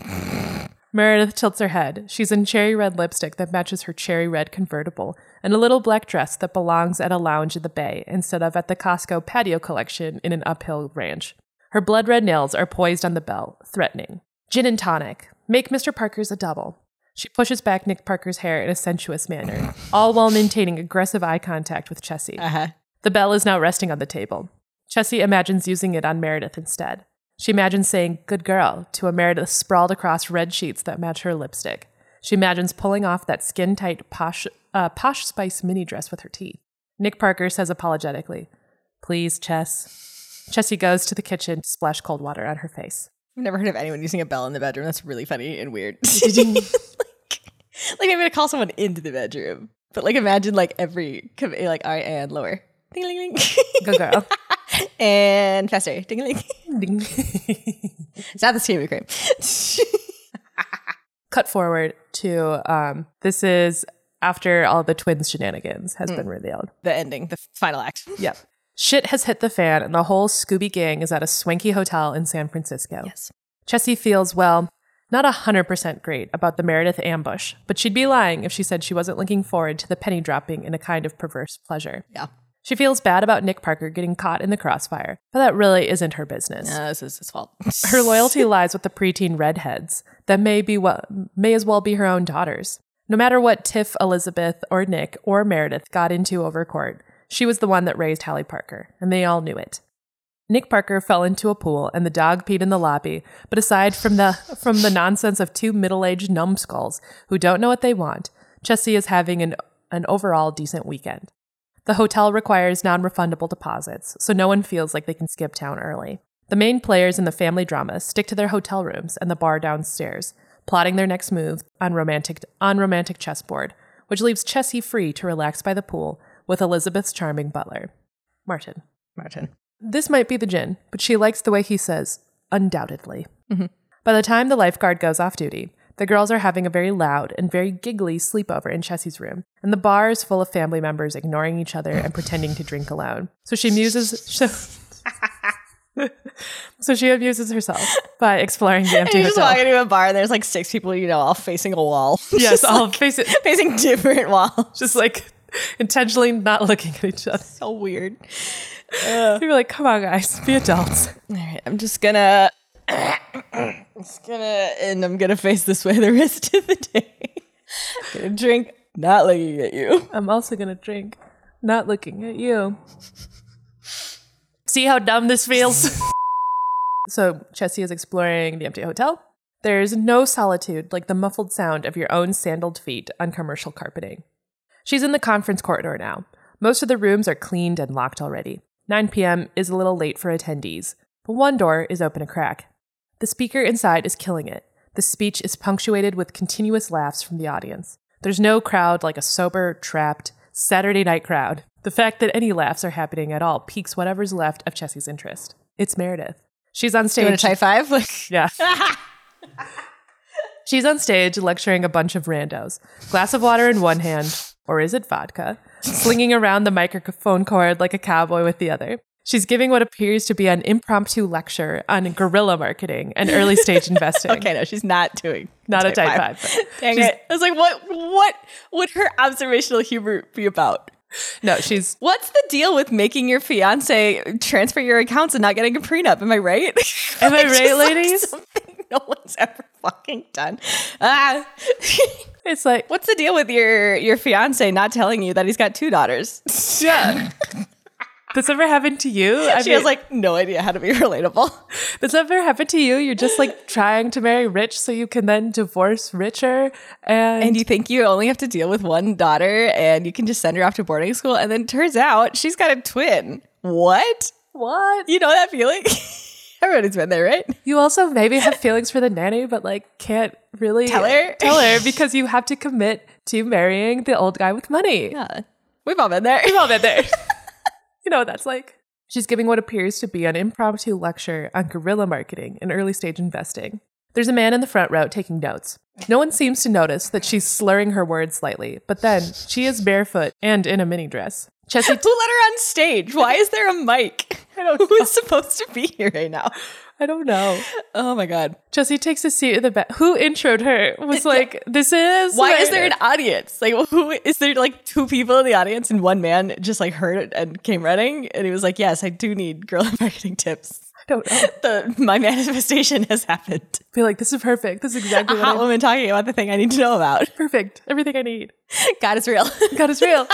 Speaker 1: Meredith tilts her head. She's in cherry red lipstick that matches her cherry red convertible and a little black dress that belongs at a lounge in the bay instead of at the Costco patio collection in an uphill ranch. Her blood red nails are poised on the bell, threatening. Gin and tonic. Make Mr. Parker's a double. She pushes back Nick Parker's hair in a sensuous manner, all while maintaining aggressive eye contact with Chessie.
Speaker 2: huh.
Speaker 1: The bell is now resting on the table. Chessie imagines using it on Meredith instead. She imagines saying, Good girl, to a Meredith sprawled across red sheets that match her lipstick. She imagines pulling off that skin tight posh, uh, posh spice mini dress with her teeth. Nick Parker says apologetically, Please, Chess. Chessie goes to the kitchen to splash cold water on her face.
Speaker 2: I've never heard of anyone using a bell in the bedroom. That's really funny and <laughs> weird. like, like maybe to call someone into the bedroom, but like imagine like every com- like all right and lower, ding <laughs> ling
Speaker 1: Good girl. <laughs>
Speaker 2: ling, and faster, ding <laughs> ling.
Speaker 1: Ding.
Speaker 2: It's not the same cream. <laughs>
Speaker 1: Cut forward to um, this is after all the twins' shenanigans has been revealed.
Speaker 2: the ending, the final act.
Speaker 1: Yep. Shit has hit the fan, and the whole Scooby gang is at a swanky hotel in San Francisco.
Speaker 2: Yes.
Speaker 1: Chessie feels, well, not 100% great about the Meredith ambush, but she'd be lying if she said she wasn't looking forward to the penny dropping in a kind of perverse pleasure.
Speaker 2: Yeah.
Speaker 1: She feels bad about Nick Parker getting caught in the crossfire, but that really isn't her business.
Speaker 2: Uh, this is his fault. <laughs>
Speaker 1: Her loyalty lies with the preteen redheads that may be well, may as well be her own daughters. No matter what Tiff, Elizabeth, or Nick or Meredith got into over court, she was the one that raised Hallie Parker, and they all knew it. Nick Parker fell into a pool, and the dog peed in the lobby. But aside from the from the nonsense of two middle-aged numbskulls who don't know what they want, Chessie is having an an overall decent weekend. The hotel requires non refundable deposits, so no one feels like they can skip town early. The main players in the family drama stick to their hotel rooms and the bar downstairs, plotting their next move on romantic, on romantic chessboard, which leaves Chessie free to relax by the pool with Elizabeth's charming butler, Martin. <laughs>
Speaker 2: Martin.
Speaker 1: This might be the gin, but she likes the way he says, undoubtedly.
Speaker 2: Mm-hmm.
Speaker 1: By the time the lifeguard goes off duty, the girls are having a very loud and very giggly sleepover in Chessie's room, and the bar is full of family members ignoring each other and pretending to drink alone. So she muses. So, so <laughs> she amuses herself by exploring the empty
Speaker 2: You just walk
Speaker 1: hotel.
Speaker 2: into a bar and there's like six people you know all facing a wall.
Speaker 1: <laughs>
Speaker 2: <laughs>
Speaker 1: Yes, all face it,
Speaker 2: facing different walls. <laughs>
Speaker 1: just like intentionally not looking at each other.
Speaker 2: So weird.
Speaker 1: They were like, "Come on, guys, be adults."
Speaker 2: All right, I'm just gonna, <coughs> just gonna, and I'm gonna face this way the rest of the day. <laughs> I'm gonna drink, not looking at
Speaker 1: <laughs>
Speaker 2: you.
Speaker 1: I'm also gonna drink, not looking at you. See how dumb this feels? so, Chessie is exploring the empty hotel. There's no solitude like the muffled sound of your own sandaled feet on commercial carpeting. She's in the conference corridor now. Most of the rooms are cleaned and locked already. 9 p.m. is a little late for attendees, but one door is open a crack. The speaker inside is killing it. The speech is punctuated with continuous laughs from the audience. There's no crowd like a sober, trapped, Saturday night crowd. The fact that any laughs are happening at all piques whatever's left of Chessie's interest. It's Meredith. She's on
Speaker 2: You
Speaker 1: stage.
Speaker 2: want to high five? <laughs> Like,
Speaker 1: Yeah. She's on stage lecturing a bunch of randos. Glass of water in one hand, or is it vodka? Slinging around the microphone cord like a cowboy with the other. She's giving what appears to be an impromptu lecture on guerrilla marketing and early stage investing.
Speaker 2: <laughs> okay, no, she's not doing
Speaker 1: Not a type five.
Speaker 2: Dang
Speaker 1: She's-
Speaker 2: it! I was like, what? What would her observational humor be about?
Speaker 1: No,
Speaker 2: <laughs>
Speaker 1: she's
Speaker 2: What's the deal with making your fiance transfer your accounts and not getting a prenup? Am I right? <laughs>
Speaker 1: Am I
Speaker 2: It's
Speaker 1: right,
Speaker 2: just, like,
Speaker 1: ladies?
Speaker 2: something <laughs> no one's ever fucking done. Ah, <laughs>
Speaker 1: it's like
Speaker 2: what's the deal with your your fiance not telling you that he's got two daughters?
Speaker 1: yeah. This ever happened to you? I
Speaker 2: <laughs> she has like no idea how to be <laughs> relatable.
Speaker 1: This ever happened to you? You're just like trying to marry rich so you can then divorce richer, and,
Speaker 2: And you think you only have to deal with one daughter and you can just send her off to boarding school and then turns out she's got a twin. What?
Speaker 1: what?
Speaker 2: You know that feeling? <laughs> Everybody's been there, right?
Speaker 1: You also maybe have feelings for the nanny, but like can't really
Speaker 2: Tell her?
Speaker 1: Tell her because you have to commit to marrying the old guy with money.
Speaker 2: Yeah. We've all been there.
Speaker 1: We've all been
Speaker 2: <laughs>
Speaker 1: there. you know what that's like. She's giving what appears to be an impromptu lecture on guerrilla marketing and early stage investing. There's a man in the front row taking notes. No one seems to notice that she's slurring her words slightly, but then she is barefoot and in a mini dress. Chessie,
Speaker 2: <laughs> Who let her on stage? Why is there a mic?
Speaker 1: I don't
Speaker 2: Who is supposed to be here right now?
Speaker 1: I don't know.
Speaker 2: Oh my god.
Speaker 1: Chessie takes a seat in the back. Who introed her was like, this is.
Speaker 2: Why
Speaker 1: my-
Speaker 2: is there an audience? Like <laughs> who is there like two people in the audience and one man just like heard it and came running and he was like, "Yes, I do need girl <laughs> marketing tips." <laughs>
Speaker 1: I don't know.
Speaker 2: The my manifestation has happened.
Speaker 1: Be like, this is perfect. This is exactly what
Speaker 2: Hot
Speaker 1: I
Speaker 2: woman talking about the thing I need to know about. <laughs>
Speaker 1: perfect. Everything I need.
Speaker 2: God is real. <laughs>
Speaker 1: God is real.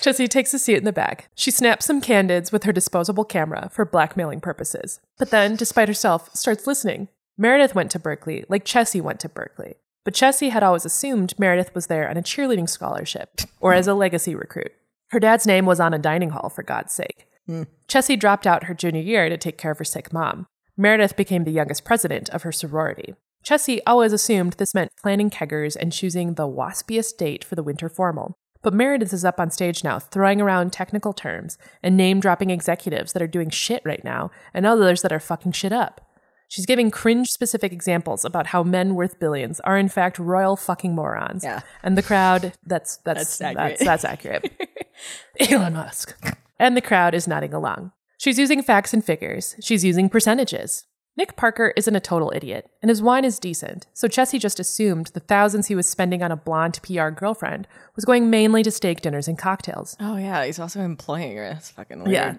Speaker 1: Chessie takes a seat in the back. She snaps some candids with her disposable camera for blackmailing purposes. But then, despite herself, starts listening. Meredith went to Berkeley, like Chessie went to Berkeley. But Chessie had always assumed Meredith was there on a cheerleading scholarship or as a legacy recruit. Her dad's name was on a dining hall, for God's sake. Chessie dropped out her junior year to take care of her sick mom. Meredith became the youngest president of her sorority. Chessie always assumed this meant planning keggers and choosing the waspiest date for the winter formal. But Meredith is up on stage now, throwing around technical terms and name dropping executives that are doing shit right now and others that are fucking shit up. She's giving cringe specific examples about how men worth billions are in fact royal fucking morons.
Speaker 2: Yeah.
Speaker 1: And the crowd, that's that's
Speaker 2: That's accurate.
Speaker 1: that's, that's accurate. <laughs> Elon Musk. And the crowd is nodding along. She's using facts and figures. She's using percentages. Nick Parker isn't a total idiot, and his wine is decent, so Chessie just assumed the thousands he was spending on a blonde PR girlfriend was going mainly to steak dinners and <laughs> cocktails.
Speaker 2: oh yeah, he's also employing her. That's fucking weird. <laughs>
Speaker 1: Yeah.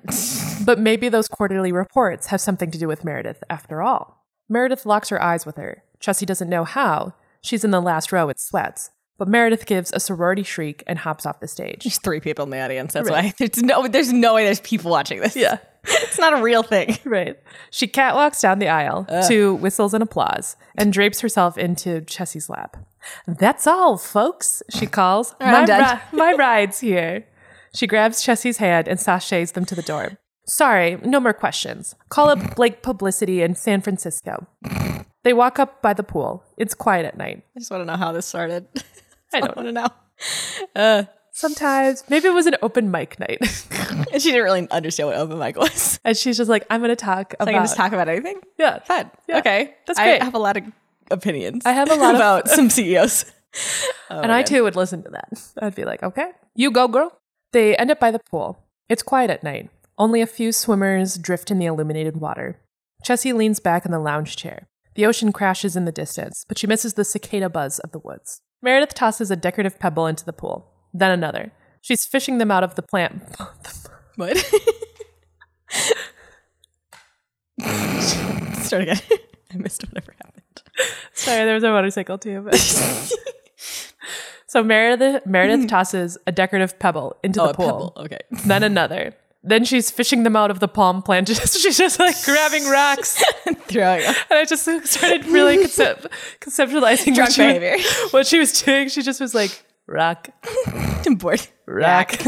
Speaker 1: But maybe those quarterly reports have something to do with Meredith after all. Meredith locks her eyes with her. Chessie doesn't know how. She's in the last row and sweats. But Meredith gives a sorority shriek and hops off the stage.
Speaker 2: There's three people in the audience. That's why <laughs> there's no there's no way there's people watching this.
Speaker 1: Yeah.
Speaker 2: <laughs> it's not a real thing. <laughs>
Speaker 1: Right. She catwalks down the aisle to whistles and applause and drapes herself into Chessie's lap. That's all, folks, she calls. my,
Speaker 2: I'm done.
Speaker 1: ri-
Speaker 2: <laughs>
Speaker 1: my ride's here. She grabs Chessie's hand and sashays them to the door. Sorry, no more questions. Call up Blake Publicity in San Francisco. They walk up by the pool. It's quiet at night.
Speaker 2: I just want to know how this started. <laughs>
Speaker 1: I
Speaker 2: I
Speaker 1: don't
Speaker 2: don't want to know. <laughs>
Speaker 1: Sometimes, maybe it was an open mic night. <laughs>
Speaker 2: And she didn't really understand what open mic was. <laughs>
Speaker 1: and she's just like, I'm going to talk
Speaker 2: I
Speaker 1: about.
Speaker 2: can just talk about anything.
Speaker 1: Yeah.
Speaker 2: Fun.
Speaker 1: Yeah.
Speaker 2: Okay,
Speaker 1: That's great.
Speaker 2: I have a lot of opinions.
Speaker 1: I have a lot of- <laughs>
Speaker 2: about some E CEOs.
Speaker 1: and
Speaker 2: Oh,
Speaker 1: I too would listen to that. I'd be like, okay, you go, girl. They end up by the pool. It's quiet at night. Only a few swimmers drift in the illuminated water. Chessie leans back in the lounge chair. The ocean crashes in the distance, but she misses the cicada buzz of the woods. Meredith tosses a decorative pebble into the pool, then another. She's fishing them out of the plant. <laughs>
Speaker 2: What? Start again. <laughs> I missed whatever happened.
Speaker 1: Sorry, there was a motorcycle too.
Speaker 2: <laughs>
Speaker 1: But. so Meredith,
Speaker 2: <laughs>
Speaker 1: Meredith tosses a decorative pebble into
Speaker 2: Oh,
Speaker 1: the
Speaker 2: a
Speaker 1: pool.
Speaker 2: pebble. Okay. <laughs>
Speaker 1: then another. Then she's fishing them out of the palm plant. <laughs> Just- she's just like grabbing rocks. <laughs>
Speaker 2: Throwing up.
Speaker 1: And I just started really concep- conceptualizing
Speaker 2: Drunk
Speaker 1: what she,
Speaker 2: behavior.
Speaker 1: what she was doing. She just was like, rock,
Speaker 2: <laughs> I'm bored.
Speaker 1: rock. <laughs>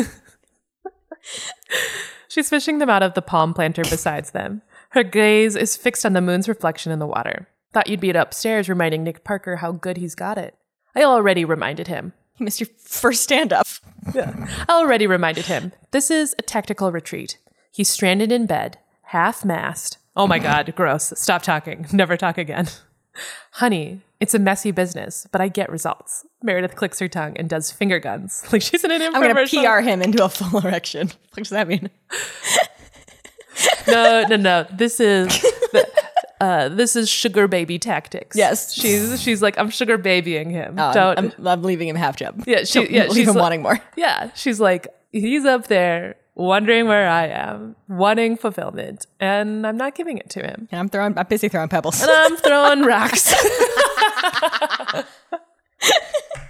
Speaker 1: she's fishing them out of the palm planter besides them. Her gaze is fixed on the moon's reflection in the water. Thought you'd be upstairs reminding Nick Parker how good he's got it. I already reminded him.
Speaker 2: You missed your first stand up.
Speaker 1: I already reminded him this is a tactical retreat. He's stranded in bed, half mast. Oh my
Speaker 2: <laughs>
Speaker 1: God, gross. Stop talking. <laughs> Never talk again. Honey, it's a messy business, but I get results. Meredith clicks her tongue and does finger guns. <laughs> Like she's in an
Speaker 2: I'm going to
Speaker 1: infomercial.
Speaker 2: PR him into a full <laughs> erection. What does that mean?
Speaker 1: <laughs> No, no, no. This is. the- <laughs> uh, this is sugar baby tactics.
Speaker 2: Yes.
Speaker 1: she's she's like I'm sugar babying him.
Speaker 2: Oh,
Speaker 1: Don't
Speaker 2: I'm, I'm, I'm leaving him half job.
Speaker 1: yeah she yeah
Speaker 2: leave
Speaker 1: she's
Speaker 2: him
Speaker 1: like-
Speaker 2: wanting more. <laughs>
Speaker 1: yeah she's like he's up there wondering where I am, wanting fulfillment, and I'm not giving it to him.
Speaker 2: And I'm throwing, I'm busy throwing pebbles.
Speaker 1: And I'm throwing <laughs> rocks.
Speaker 2: <laughs>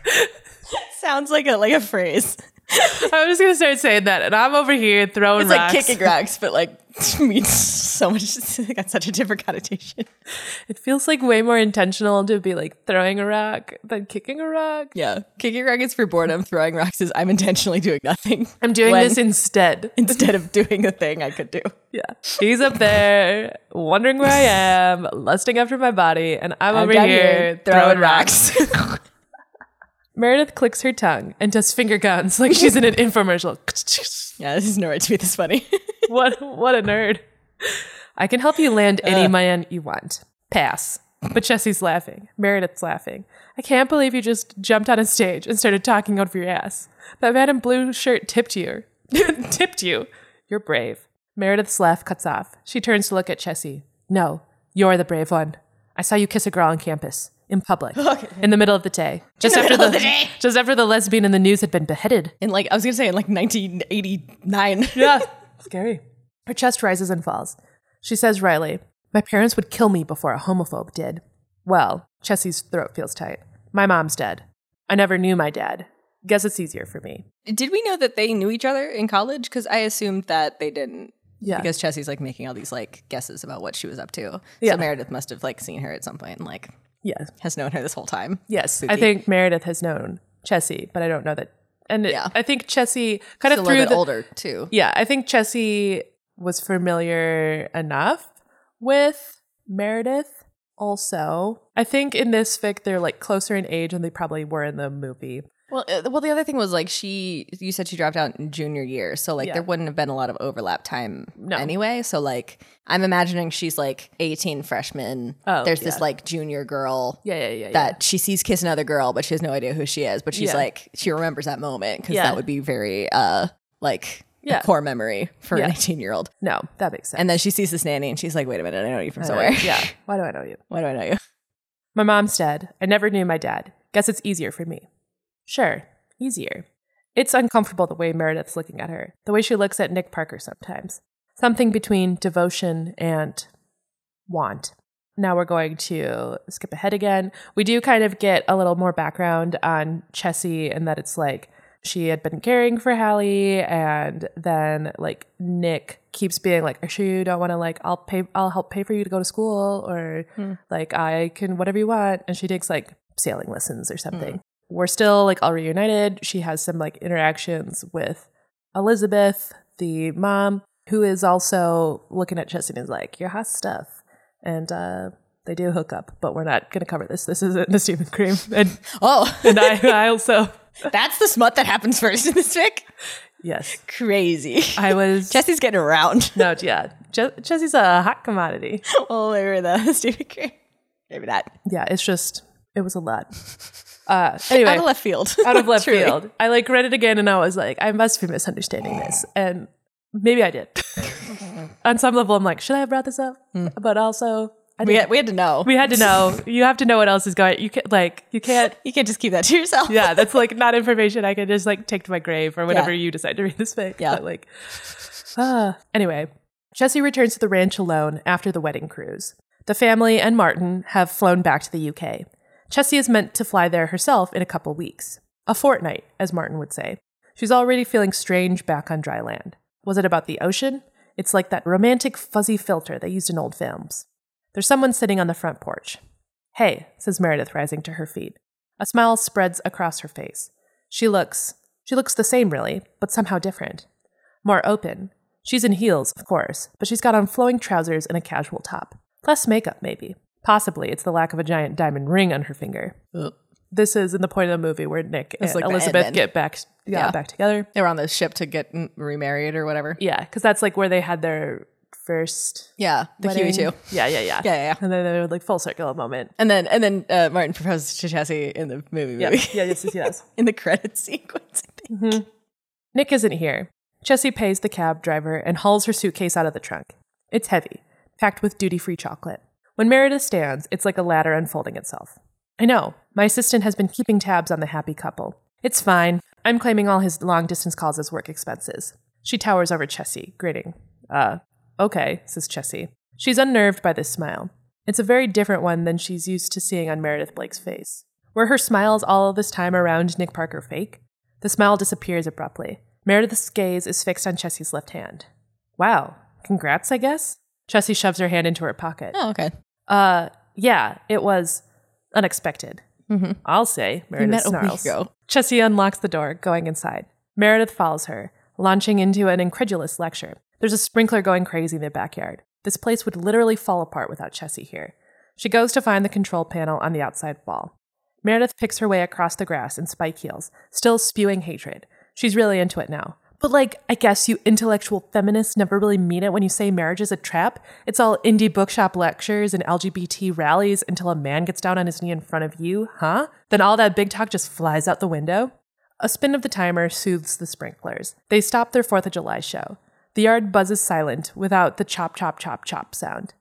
Speaker 2: Sounds like a like a phrase.
Speaker 1: I'm just gonna start saying that, and I'm over here throwing
Speaker 2: It's
Speaker 1: rocks.
Speaker 2: like kicking rocks, but like <laughs> means so much. <laughs> It's got such a different connotation.
Speaker 1: it feels like way more intentional to be like throwing a rock than kicking a rock.
Speaker 2: Yeah, kicking rocks is for boredom. Throwing rocks is I'm intentionally doing nothing.
Speaker 1: I'm doing
Speaker 2: When-
Speaker 1: this instead.
Speaker 2: <laughs> instead of doing a thing I could do.
Speaker 1: <laughs> Yeah. He's up there wondering where I am, lusting after my body, and I'm, over here,
Speaker 2: down
Speaker 1: throwing, rocks. <laughs>
Speaker 2: rocks.
Speaker 1: Meredith clicks her tongue and does finger guns like she's in an infomercial. <laughs>
Speaker 2: yeah, this is nowhere to be this funny. <laughs>
Speaker 1: what what a nerd. I can help you land any man you want. Pass. But Jesse's laughing. Meredith's laughing. I can't believe you just jumped on a stage and started talking over your ass. That man in blue shirt tipped you. <laughs> tipped you. You're brave. Meredith's laugh cuts off. She turns to look at Chessie. No, you're the brave one. I saw you kiss a girl on campus. In <laughs> public. In the middle of the day. Just after the, just after the lesbian in the news had been beheaded.
Speaker 2: in like I was gonna say in like 1989.
Speaker 1: Yeah. <laughs> Scary. Her chest rises and falls. She says Riley, My parents would kill me before a homophobe did. Well, Chessie's throat feels tight. My mom's dead. I never knew my dad. Guess it's easier for me.
Speaker 2: <laughs> Did we know that they knew each other in college? Because I assumed that they didn't.
Speaker 1: Yeah.
Speaker 2: Because Chessie's like making all these like guesses about what she was up to.
Speaker 1: Yeah.
Speaker 2: So Meredith must have like seen her at some point and like
Speaker 1: yes.
Speaker 2: has known her this whole time.
Speaker 1: Yes. I
Speaker 2: Spooky.
Speaker 1: think Meredith has known Chessie, but I don't know that. And it-
Speaker 2: Yeah.
Speaker 1: I think Chessie kind
Speaker 2: She's a
Speaker 1: of
Speaker 2: little
Speaker 1: threw
Speaker 2: bit
Speaker 1: the,
Speaker 2: older too.
Speaker 1: Yeah, I think Chessie was familiar enough with Meredith. Also, I think in this fic they're like closer in age than they probably were in the movie.
Speaker 2: Well, uh, well, the other thing was like she. You said she dropped out in junior year, so like
Speaker 1: Yeah.
Speaker 2: there wouldn't have been a lot of overlap time
Speaker 1: No.
Speaker 2: anyway. So like I'm imagining she's like 18 freshman.
Speaker 1: Oh,
Speaker 2: There's
Speaker 1: yeah.
Speaker 2: this like junior girl.
Speaker 1: Yeah, yeah, yeah.
Speaker 2: That she sees kiss another girl, but she has no idea who she is. But she's
Speaker 1: Yeah.
Speaker 2: like she remembers that moment because
Speaker 1: Yeah.
Speaker 2: that would be very uh like
Speaker 1: Yeah.
Speaker 2: a core memory for
Speaker 1: Yeah.
Speaker 2: an 18 year old.
Speaker 1: yeah. no, that makes sense.
Speaker 2: And then she sees this nanny and she's like, wait a minute, I know you from
Speaker 1: I
Speaker 2: somewhere.
Speaker 1: <laughs> know- yeah. Why do I know you?
Speaker 2: <laughs> Why do I know you?
Speaker 1: My mom's dead. I never knew my dad. Guess it's easier for me. Sure, easier. It's uncomfortable the way Meredith's looking at her, the way she looks at Nick Parker sometimes. Something between devotion and want. Now we're going to skip ahead again. We do kind of get a little more background on Chessie and that it's like she had been caring for Hallie and then like Nick keeps being like, Are sure you don't want to like I'll pay I'll help pay for you to go to school or like I can whatever you want and she takes like sailing lessons or something. We're still like all reunited. She has some like interactions with Elizabeth, the mom, who is also looking at Chessie and is like, You're hot stuff and uh, they do hook up, but we're not going to cover this. This isn't the Stephen Cream, and,
Speaker 2: Oh, <laughs>
Speaker 1: and I, I also
Speaker 2: that's the smut that happens first in this fic.
Speaker 1: yes, <laughs>
Speaker 2: Crazy.
Speaker 1: I was
Speaker 2: Jesse's getting around.
Speaker 1: no, yeah, Je- Jesse's a hot commodity.
Speaker 2: all over the <laughs> Stephen King. Maybe not.
Speaker 1: Yeah, it's just it was a lot. <laughs> Uh, anyway,
Speaker 2: Out of left field.
Speaker 1: out of left
Speaker 2: <laughs> Truly.
Speaker 1: field. I like read it again and I was like, I must be misunderstanding this. And maybe I <laughs> did. On some level, I'm like, should I have brought this up? But also, I
Speaker 2: We
Speaker 1: didn't.
Speaker 2: had, we had to know.
Speaker 1: we <laughs> had to know. You have to know what else is going. You can't like you can't
Speaker 2: <laughs> you can't just keep that to
Speaker 1: <laughs>
Speaker 2: yourself.
Speaker 1: yeah, that's like not information I could just like take to my grave or whenever
Speaker 2: Yeah.
Speaker 1: you decide to read this fic.
Speaker 2: Yeah.
Speaker 1: But like, <sighs> ah. anyway, Jesse returns to the ranch alone after the wedding cruise. The family and Martin have flown back to the UK. Chessie is meant to fly there herself in a couple weeks, a fortnight, as Martin would say. She's already feeling strange back on dry land. Was it about the ocean? It's like that romantic fuzzy filter they used in old films. There's someone sitting on the front porch. Hey, says Meredith, rising to her feet. A smile spreads across her face. She looks, she looks the same really, but somehow different. More open. She's in heels, of course, but she's got on flowing trousers and a casual top. Less makeup, maybe. Possibly it's the lack of a giant diamond ring on her finger.
Speaker 2: Ugh.
Speaker 1: This is in the point of the movie where Nick and
Speaker 2: It's like the
Speaker 1: Elizabeth
Speaker 2: end-end.
Speaker 1: get back, yeah,
Speaker 2: Yeah.
Speaker 1: back together.
Speaker 2: They were on the ship to get m- remarried or whatever.
Speaker 1: Yeah, because that's like where they had their first
Speaker 2: Yeah, the
Speaker 1: wedding.
Speaker 2: Huey too.
Speaker 1: Yeah, yeah, yeah,
Speaker 2: Yeah, yeah, yeah.
Speaker 1: And then they were like full circle moment.
Speaker 2: And then and then uh, Martin proposed to Jesse in the movie movie. <laughs> Mm-hmm.
Speaker 1: Yeah, yeah, yes, yes, yes.
Speaker 2: in the credit sequence. I think.
Speaker 1: Nick isn't here. Jessie pays the cab driver and hauls her suitcase out of the trunk. It's heavy, packed with duty free chocolate. When Meredith stands, it's like a ladder unfolding itself. I know, my assistant has been keeping tabs on the happy couple. It's fine. I'm claiming all his long distance calls as work expenses. She towers over Chessie, grinning. Uh, okay, says Chessie. She's unnerved by this smile. It's a very different one than she's used to seeing on Meredith Blake's face. Were her smiles all this time around Nick Parker fake? The smile disappears abruptly. Meredith's gaze is fixed on Chessie's left hand. Wow, congrats, I guess? Chessie shoves her hand into her pocket.
Speaker 2: Oh, okay.
Speaker 1: Uh, yeah, it was unexpected.
Speaker 2: Mm-hmm.
Speaker 1: I'll say,
Speaker 2: We
Speaker 1: Meredith
Speaker 2: met a week
Speaker 1: snarls.
Speaker 2: ago.
Speaker 1: Chessie unlocks the door, going inside. Meredith follows her, launching into an incredulous lecture. There's a sprinkler going crazy in the backyard. This place would literally fall apart without Chessie here. She goes to find the control panel on the outside wall. Meredith picks her way across the grass in spike heels, still spewing hatred. She's really into it now. But, like, I guess you intellectual feminists never really mean it when you say marriage is a trap. It's all indie bookshop lectures and LGBT rallies until a man gets down on his knee in front of you, huh? Then all that big talk just flies out the window. A spin of the timer soothes the sprinklers. They stop their 4th of July show. The yard buzzes silent without the chop, chop, chop, chop sound.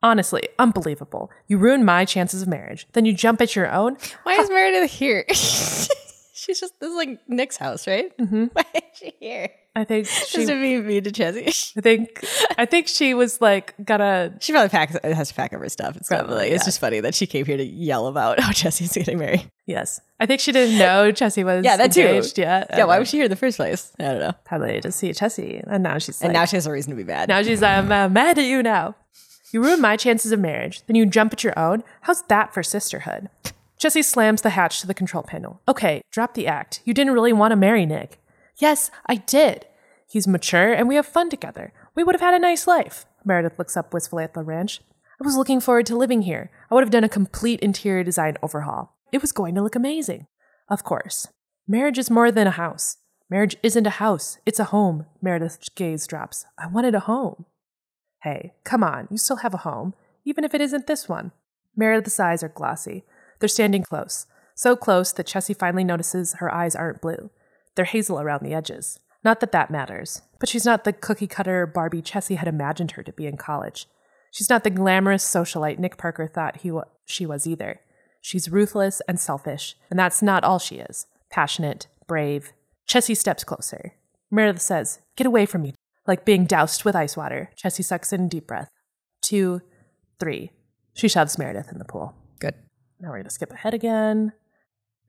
Speaker 1: Honestly, unbelievable. You ruin my chances of marriage. Then you jump at your own.
Speaker 2: Why is Meredith here? <laughs> She's just this is like Nick's house, right?
Speaker 1: Mm-hmm.
Speaker 2: <laughs> Why is she here?
Speaker 1: I think she.
Speaker 2: just to be mean to <laughs> Chessie.
Speaker 1: I think I think she was like gonna
Speaker 2: She probably packs has to pack up her stuff and stuff. but, like, it's just funny that she came here to yell about how Chessie's getting married.
Speaker 1: yes. I think she didn't know Chessie was
Speaker 2: Yeah, that too.
Speaker 1: engaged yet.
Speaker 2: yeah, why was she here in the first place? I don't know.
Speaker 1: probably to see Chessie? And now she's
Speaker 2: And
Speaker 1: like,
Speaker 2: now she has a reason to be mad.
Speaker 1: now she's like, I'm uh, mad at you now. You ruin my chances of marriage. Then you jump at your own. How's that for sisterhood? Chessie slams the hatch to the control panel. Okay, drop the act. You didn't really want to marry Nick. Yes, I did. He's mature and we have fun together. We would have had a nice life. Meredith looks up wistfully at the ranch. I was looking forward to living here. I would have done a complete interior design overhaul. It was going to look amazing. Of course. Marriage is more than a house. Marriage isn't a house, it's a home. Meredith's gaze drops. I wanted a home. Hey, come on, you still have a home, even if it isn't this one. Meredith's eyes are glossy. They're standing close, so close that Chessie finally notices her eyes aren't blue. They're hazel around the edges. Not that that matters, but she's not the cookie cutter Barbie Chessie had imagined her to be in college. She's not the glamorous socialite Nick Parker thought he wa- she was either. She's ruthless and selfish, and that's not all she is. Passionate, brave. Chessie steps closer. Meredith says, Get away from me. Like being doused with ice water, Chessie sucks in a deep breath. Two, three. She shoves Meredith in the pool.
Speaker 2: Good.
Speaker 1: Now we're going to skip ahead again.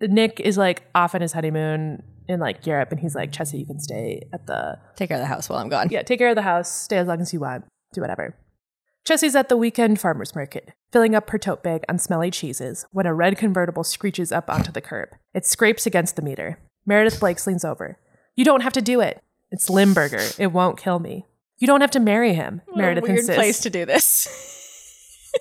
Speaker 1: Nick is like off on his honeymoon in like Europe, and he's like, Chessie, you can stay at the
Speaker 2: Take care of the house while I'm gone.
Speaker 1: yeah, take care of the house, stay as long as you want, do whatever. Chessie's at the weekend farmer's market, filling up her tote bag on smelly cheeses when a red convertible screeches up onto the curb. It scrapes against the meter. Meredith Blakes leans over. You don't have to do it. It's Limburger. It won't kill me. You don't have to marry him,
Speaker 2: What a
Speaker 1: Meredith
Speaker 2: weird
Speaker 1: insists.
Speaker 2: place to do <laughs> this.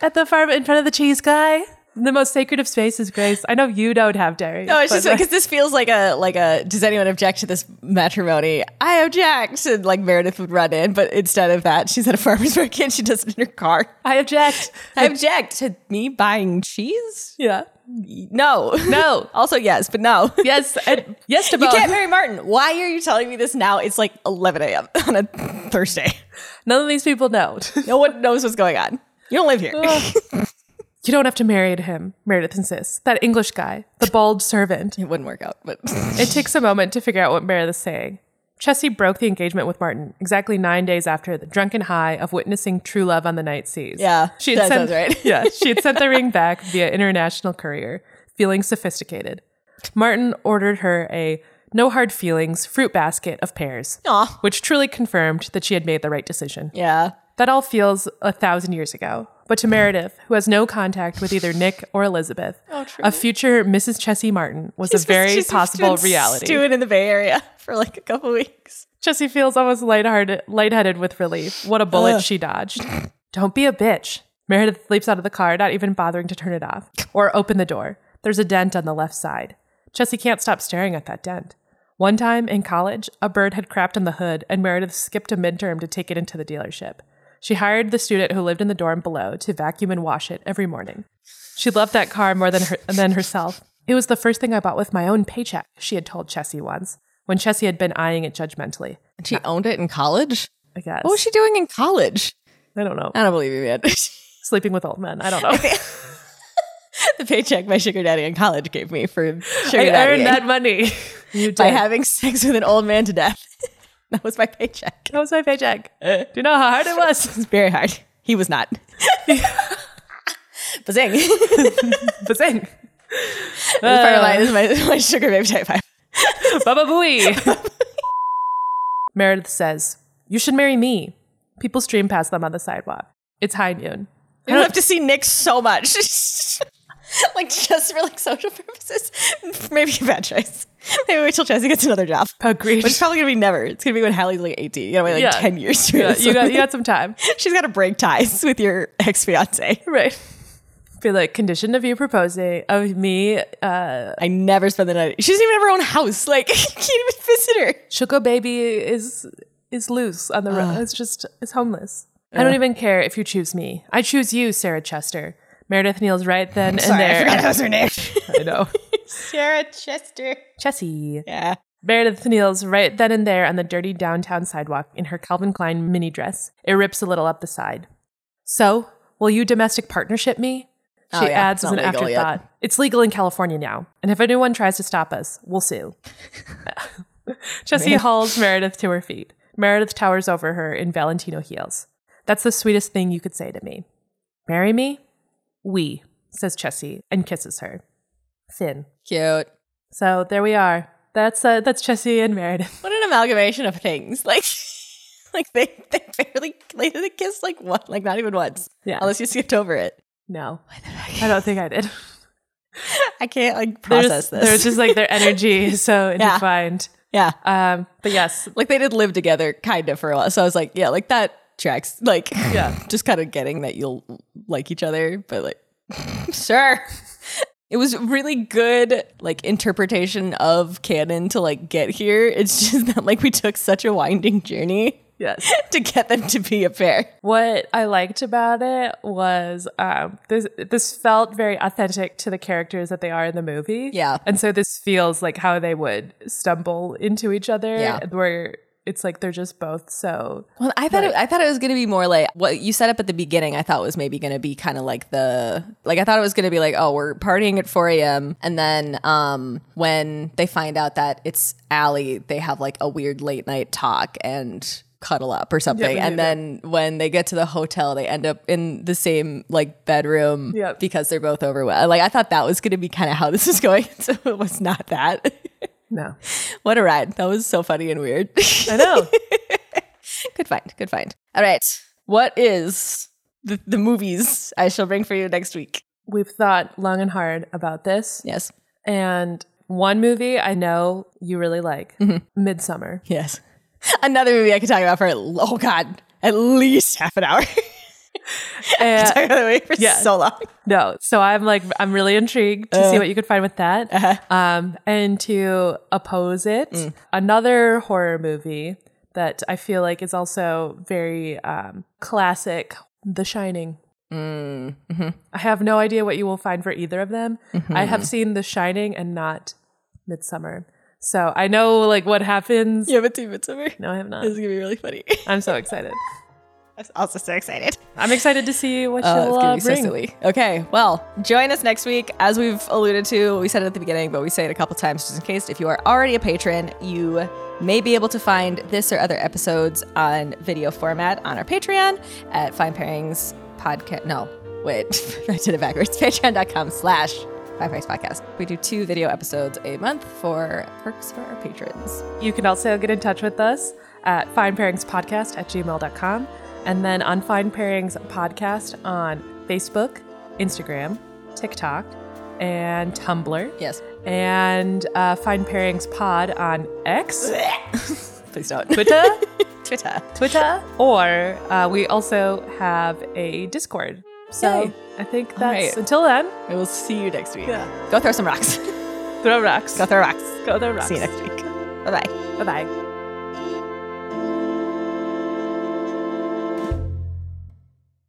Speaker 1: at the farm in front of the cheese guy. The most sacred of spaces, Grace. I know you don't have dairy.
Speaker 2: No, it's
Speaker 1: but,
Speaker 2: just because this feels like a like a. Does anyone object to this matrimony? I object, and like Meredith would run in, but instead of that, she's at a farmer's market. She does it in her car.
Speaker 1: <laughs> I
Speaker 2: <laughs>
Speaker 1: object.
Speaker 2: I object to me buying cheese.
Speaker 1: yeah.
Speaker 2: No, <laughs> no. also, yes, but no.
Speaker 1: Yes. and- yes to
Speaker 2: <laughs> You
Speaker 1: both.
Speaker 2: can't marry Martin. Why are you telling me this now? It's like 11 a.m. <laughs> on a Thursday. <laughs>
Speaker 1: None of these people know.
Speaker 2: No one knows what's going on. You don't live here.
Speaker 1: You don't have to marry him, Meredith insists. That English guy, the bald servant.
Speaker 2: <laughs> it wouldn't work out, but
Speaker 1: It takes a moment to figure out what Meredith's saying. Chessie broke the engagement with Martin exactly nine days after the drunken high of witnessing true love on the night seas.
Speaker 2: Yeah,
Speaker 1: she had
Speaker 2: that
Speaker 1: sent,
Speaker 2: sounds
Speaker 1: <laughs>
Speaker 2: right.
Speaker 1: yeah, she had sent the
Speaker 2: <laughs>
Speaker 1: ring back via international courier, feeling sophisticated. Martin ordered her a no hard feelings fruit basket of pears,
Speaker 2: Aw.
Speaker 1: which truly confirmed that she had made the right decision.
Speaker 2: <laughs> yeah.
Speaker 1: That all feels a thousand years ago. But to Meredith, who has no contact with either Nick or Elizabeth, a future Mrs. Chessie Martin was a very
Speaker 2: She's
Speaker 1: possible
Speaker 2: doing-
Speaker 1: reality.
Speaker 2: Doing in the Bay Area <laughs> for like a couple weeks.
Speaker 1: Chessie feels almost lighthearted, lightheaded with relief. What a bullet she dodged. Don't be a bitch. Meredith leaps out of the car, not even bothering to turn it off or open the door. There's a dent on the left side. Chessie can't stop staring at that dent. One time in college, a bird had crapped on the hood, and Meredith skipped a midterm to take it into the dealership. She hired the student who lived in the dorm below to vacuum and wash it every morning. She loved that car more than her, than herself. It was the first thing I bought with my own paycheck, she had told Chessie once, when Chessie had been eyeing it judgmentally.
Speaker 2: And she owned it in college.
Speaker 1: I guess.
Speaker 2: What was she doing in college?
Speaker 1: I don't know.
Speaker 2: <laughs> I don't believe you, man.
Speaker 1: <laughs> Sleeping with old men. I don't know.
Speaker 2: the paycheck my sugar daddy in college gave me for sugar
Speaker 1: I
Speaker 2: daddy
Speaker 1: earned that money. <laughs> You
Speaker 2: by
Speaker 1: did.
Speaker 2: having sex with an old man to death. <laughs> that was my paycheck.
Speaker 1: that was my <laughs> paycheck. Do you know how hard it was? <laughs>
Speaker 2: It's very hard. He was not. <laughs> Bazing. <laughs> this, is
Speaker 1: Bazing.
Speaker 2: part of my, this is my, <laughs> my sugar baby type five.
Speaker 1: Baba Booey. Uh, <laughs> Meredith says, You should marry me. People stream past them on the sidewalk. It's high noon.
Speaker 2: You have to see Nick so
Speaker 1: <laughs>
Speaker 2: much. like just for like social purposes. <laughs> Maybe a bad choice. Maybe wait till Chelsea gets another job.
Speaker 1: Agreed.
Speaker 2: Which is probably gonna be never. It's gonna be when Hallie's like 18. You gotta wait like
Speaker 1: Yeah.
Speaker 2: 10 years to
Speaker 1: Yeah,
Speaker 2: this.
Speaker 1: you, got, you got some time.
Speaker 2: <laughs> She's gotta break ties with your ex fiance.
Speaker 1: <laughs> Right. Be like, condition of you proposing, of me, uh,
Speaker 2: I never spend the night. She doesn't even have her own house. Like, <laughs> you can't even visit her.
Speaker 1: Sugar Baby is is loose on the road.
Speaker 2: Ah.
Speaker 1: It's just, it's homeless. I don't even care if you choose me. I choose you, Sarah Chester. Meredith kneels right then and
Speaker 2: Sorry, I
Speaker 1: there.
Speaker 2: forgot that was her name.
Speaker 1: <laughs> I
Speaker 2: <laughs>
Speaker 1: know.
Speaker 2: Sarah Chester.
Speaker 1: Chessie.
Speaker 2: Yeah.
Speaker 1: Meredith kneels right then and there on the dirty downtown sidewalk in her Calvin Klein mini dress. It rips a little up the side. So, will you domestic partnership me? She
Speaker 2: Oh, yeah.
Speaker 1: adds
Speaker 2: It's
Speaker 1: as an
Speaker 2: not legal yet.
Speaker 1: afterthought. It's legal in California now, and if anyone tries to stop us, we'll
Speaker 2: <laughs>
Speaker 1: sue. Jesse hauls Meredith to her feet. Meredith towers over her in Valentino heels. That's the sweetest thing you could say to me. Marry me? We, says Chessie, and kisses her. Thin.
Speaker 2: Cute.
Speaker 1: So there we are. That's uh, that's Chessie and Meredith. <laughs>
Speaker 2: What an amalgamation of things. <laughs> Like, like they, they barely laid the kiss like one, like not even once.
Speaker 1: Yeah.
Speaker 2: Unless you skipped over it.
Speaker 1: No, I don't think I
Speaker 2: <laughs>
Speaker 1: did.
Speaker 2: I can't like
Speaker 1: They're
Speaker 2: process
Speaker 1: just,
Speaker 2: this.
Speaker 1: they're just like their energy is so intertwined.
Speaker 2: <laughs> yeah.
Speaker 1: Um, but yes,
Speaker 2: Like they did live together kind of for a while. So I was like, yeah, like that tracks. Like, <laughs>
Speaker 1: Yeah.
Speaker 2: Just kind of getting that you'll like each other, but like, <laughs> sure. It was really good, like interpretation of canon to like get here. It's <laughs> just that like we took such a winding journey <laughs>
Speaker 1: yes.
Speaker 2: to get them to be a pair.
Speaker 1: What I liked about it was um, this. This felt very authentic to the characters that they are in the movie.
Speaker 2: Yeah.
Speaker 1: and so this feels like how they would stumble into each other.
Speaker 2: Yeah.
Speaker 1: where it's like they're just both so
Speaker 2: Well, I thought it, I thought it was going to be more like what you set up at the beginning. I thought was maybe going to be kind of like the like I thought it was going to be like oh we're partying at 4 a.m. and then um when they find out that it's Allie, they have like a weird late night talk and cuddle up or something.
Speaker 1: yeah,
Speaker 2: and then when they get to the hotel, they end up in the same like bedroom
Speaker 1: Yep.
Speaker 2: because they're both overwhelmed. Like I thought that was going to be kind of how this is <laughs> going. So it was not that.
Speaker 1: no.
Speaker 2: what a ride! That was so funny and weird.
Speaker 1: I know.
Speaker 2: <laughs> Good find. Good find. All right. What is the, the movies I shall bring for you next week?
Speaker 1: We've thought long and hard about this,
Speaker 2: Yes.
Speaker 1: and one movie I know you really like, Midsummer.
Speaker 2: Yes. Another movie I could talk about for, oh God, at least half an hour. <laughs>
Speaker 1: And-
Speaker 2: talk about the movie for
Speaker 1: yeah.
Speaker 2: so long.
Speaker 1: No. So I'm like, I'm really intrigued to see what you could find with that. Um, and to oppose it, another horror movie that I feel like is also very um, classic The Shining. I have no idea what you will find for either of them. I have seen The Shining and not Midsummer. So I know like what happens.
Speaker 2: You haven't seen Midsummer?
Speaker 1: No, I have not.
Speaker 2: This is going to be really funny.
Speaker 1: I'm so excited.
Speaker 2: <laughs> I'm also so excited.
Speaker 1: I'm excited to see what
Speaker 2: Oh,
Speaker 1: she'll
Speaker 2: it's gonna
Speaker 1: uh,
Speaker 2: be
Speaker 1: bring.
Speaker 2: so silly. Okay, well, join us next week. As we've alluded to, we said it at the beginning, but we say it a couple times just in case. If you are already a patron, you may be able to find this or other episodes on video format on our Patreon at Fine Pairings Podcast. No, wait, <laughs> I did it backwards. Patreon.com slash Fine Pairings Podcast. We do two video episodes a month for perks for our patrons.
Speaker 1: You can also get in touch with us at finepairingspodcast at gmail.com and then on Fine Pairings Podcast on Facebook, Instagram, TikTok, and Tumblr.
Speaker 2: Yes,
Speaker 1: And uh, Fine Pairings Pod on
Speaker 2: <laughs>
Speaker 1: X,
Speaker 2: please don't.
Speaker 1: Twitter,
Speaker 2: <laughs> Twitter.
Speaker 1: Twitter, or uh, we also have a Discord. So
Speaker 2: Yay.
Speaker 1: I think that's
Speaker 2: right.
Speaker 1: until then,
Speaker 2: We will see you next week. Go throw some rocks. <laughs>
Speaker 1: throw rocks.
Speaker 2: Go throw rocks.
Speaker 1: Go throw rocks.
Speaker 2: See you next week. Bye bye.
Speaker 1: Bye bye.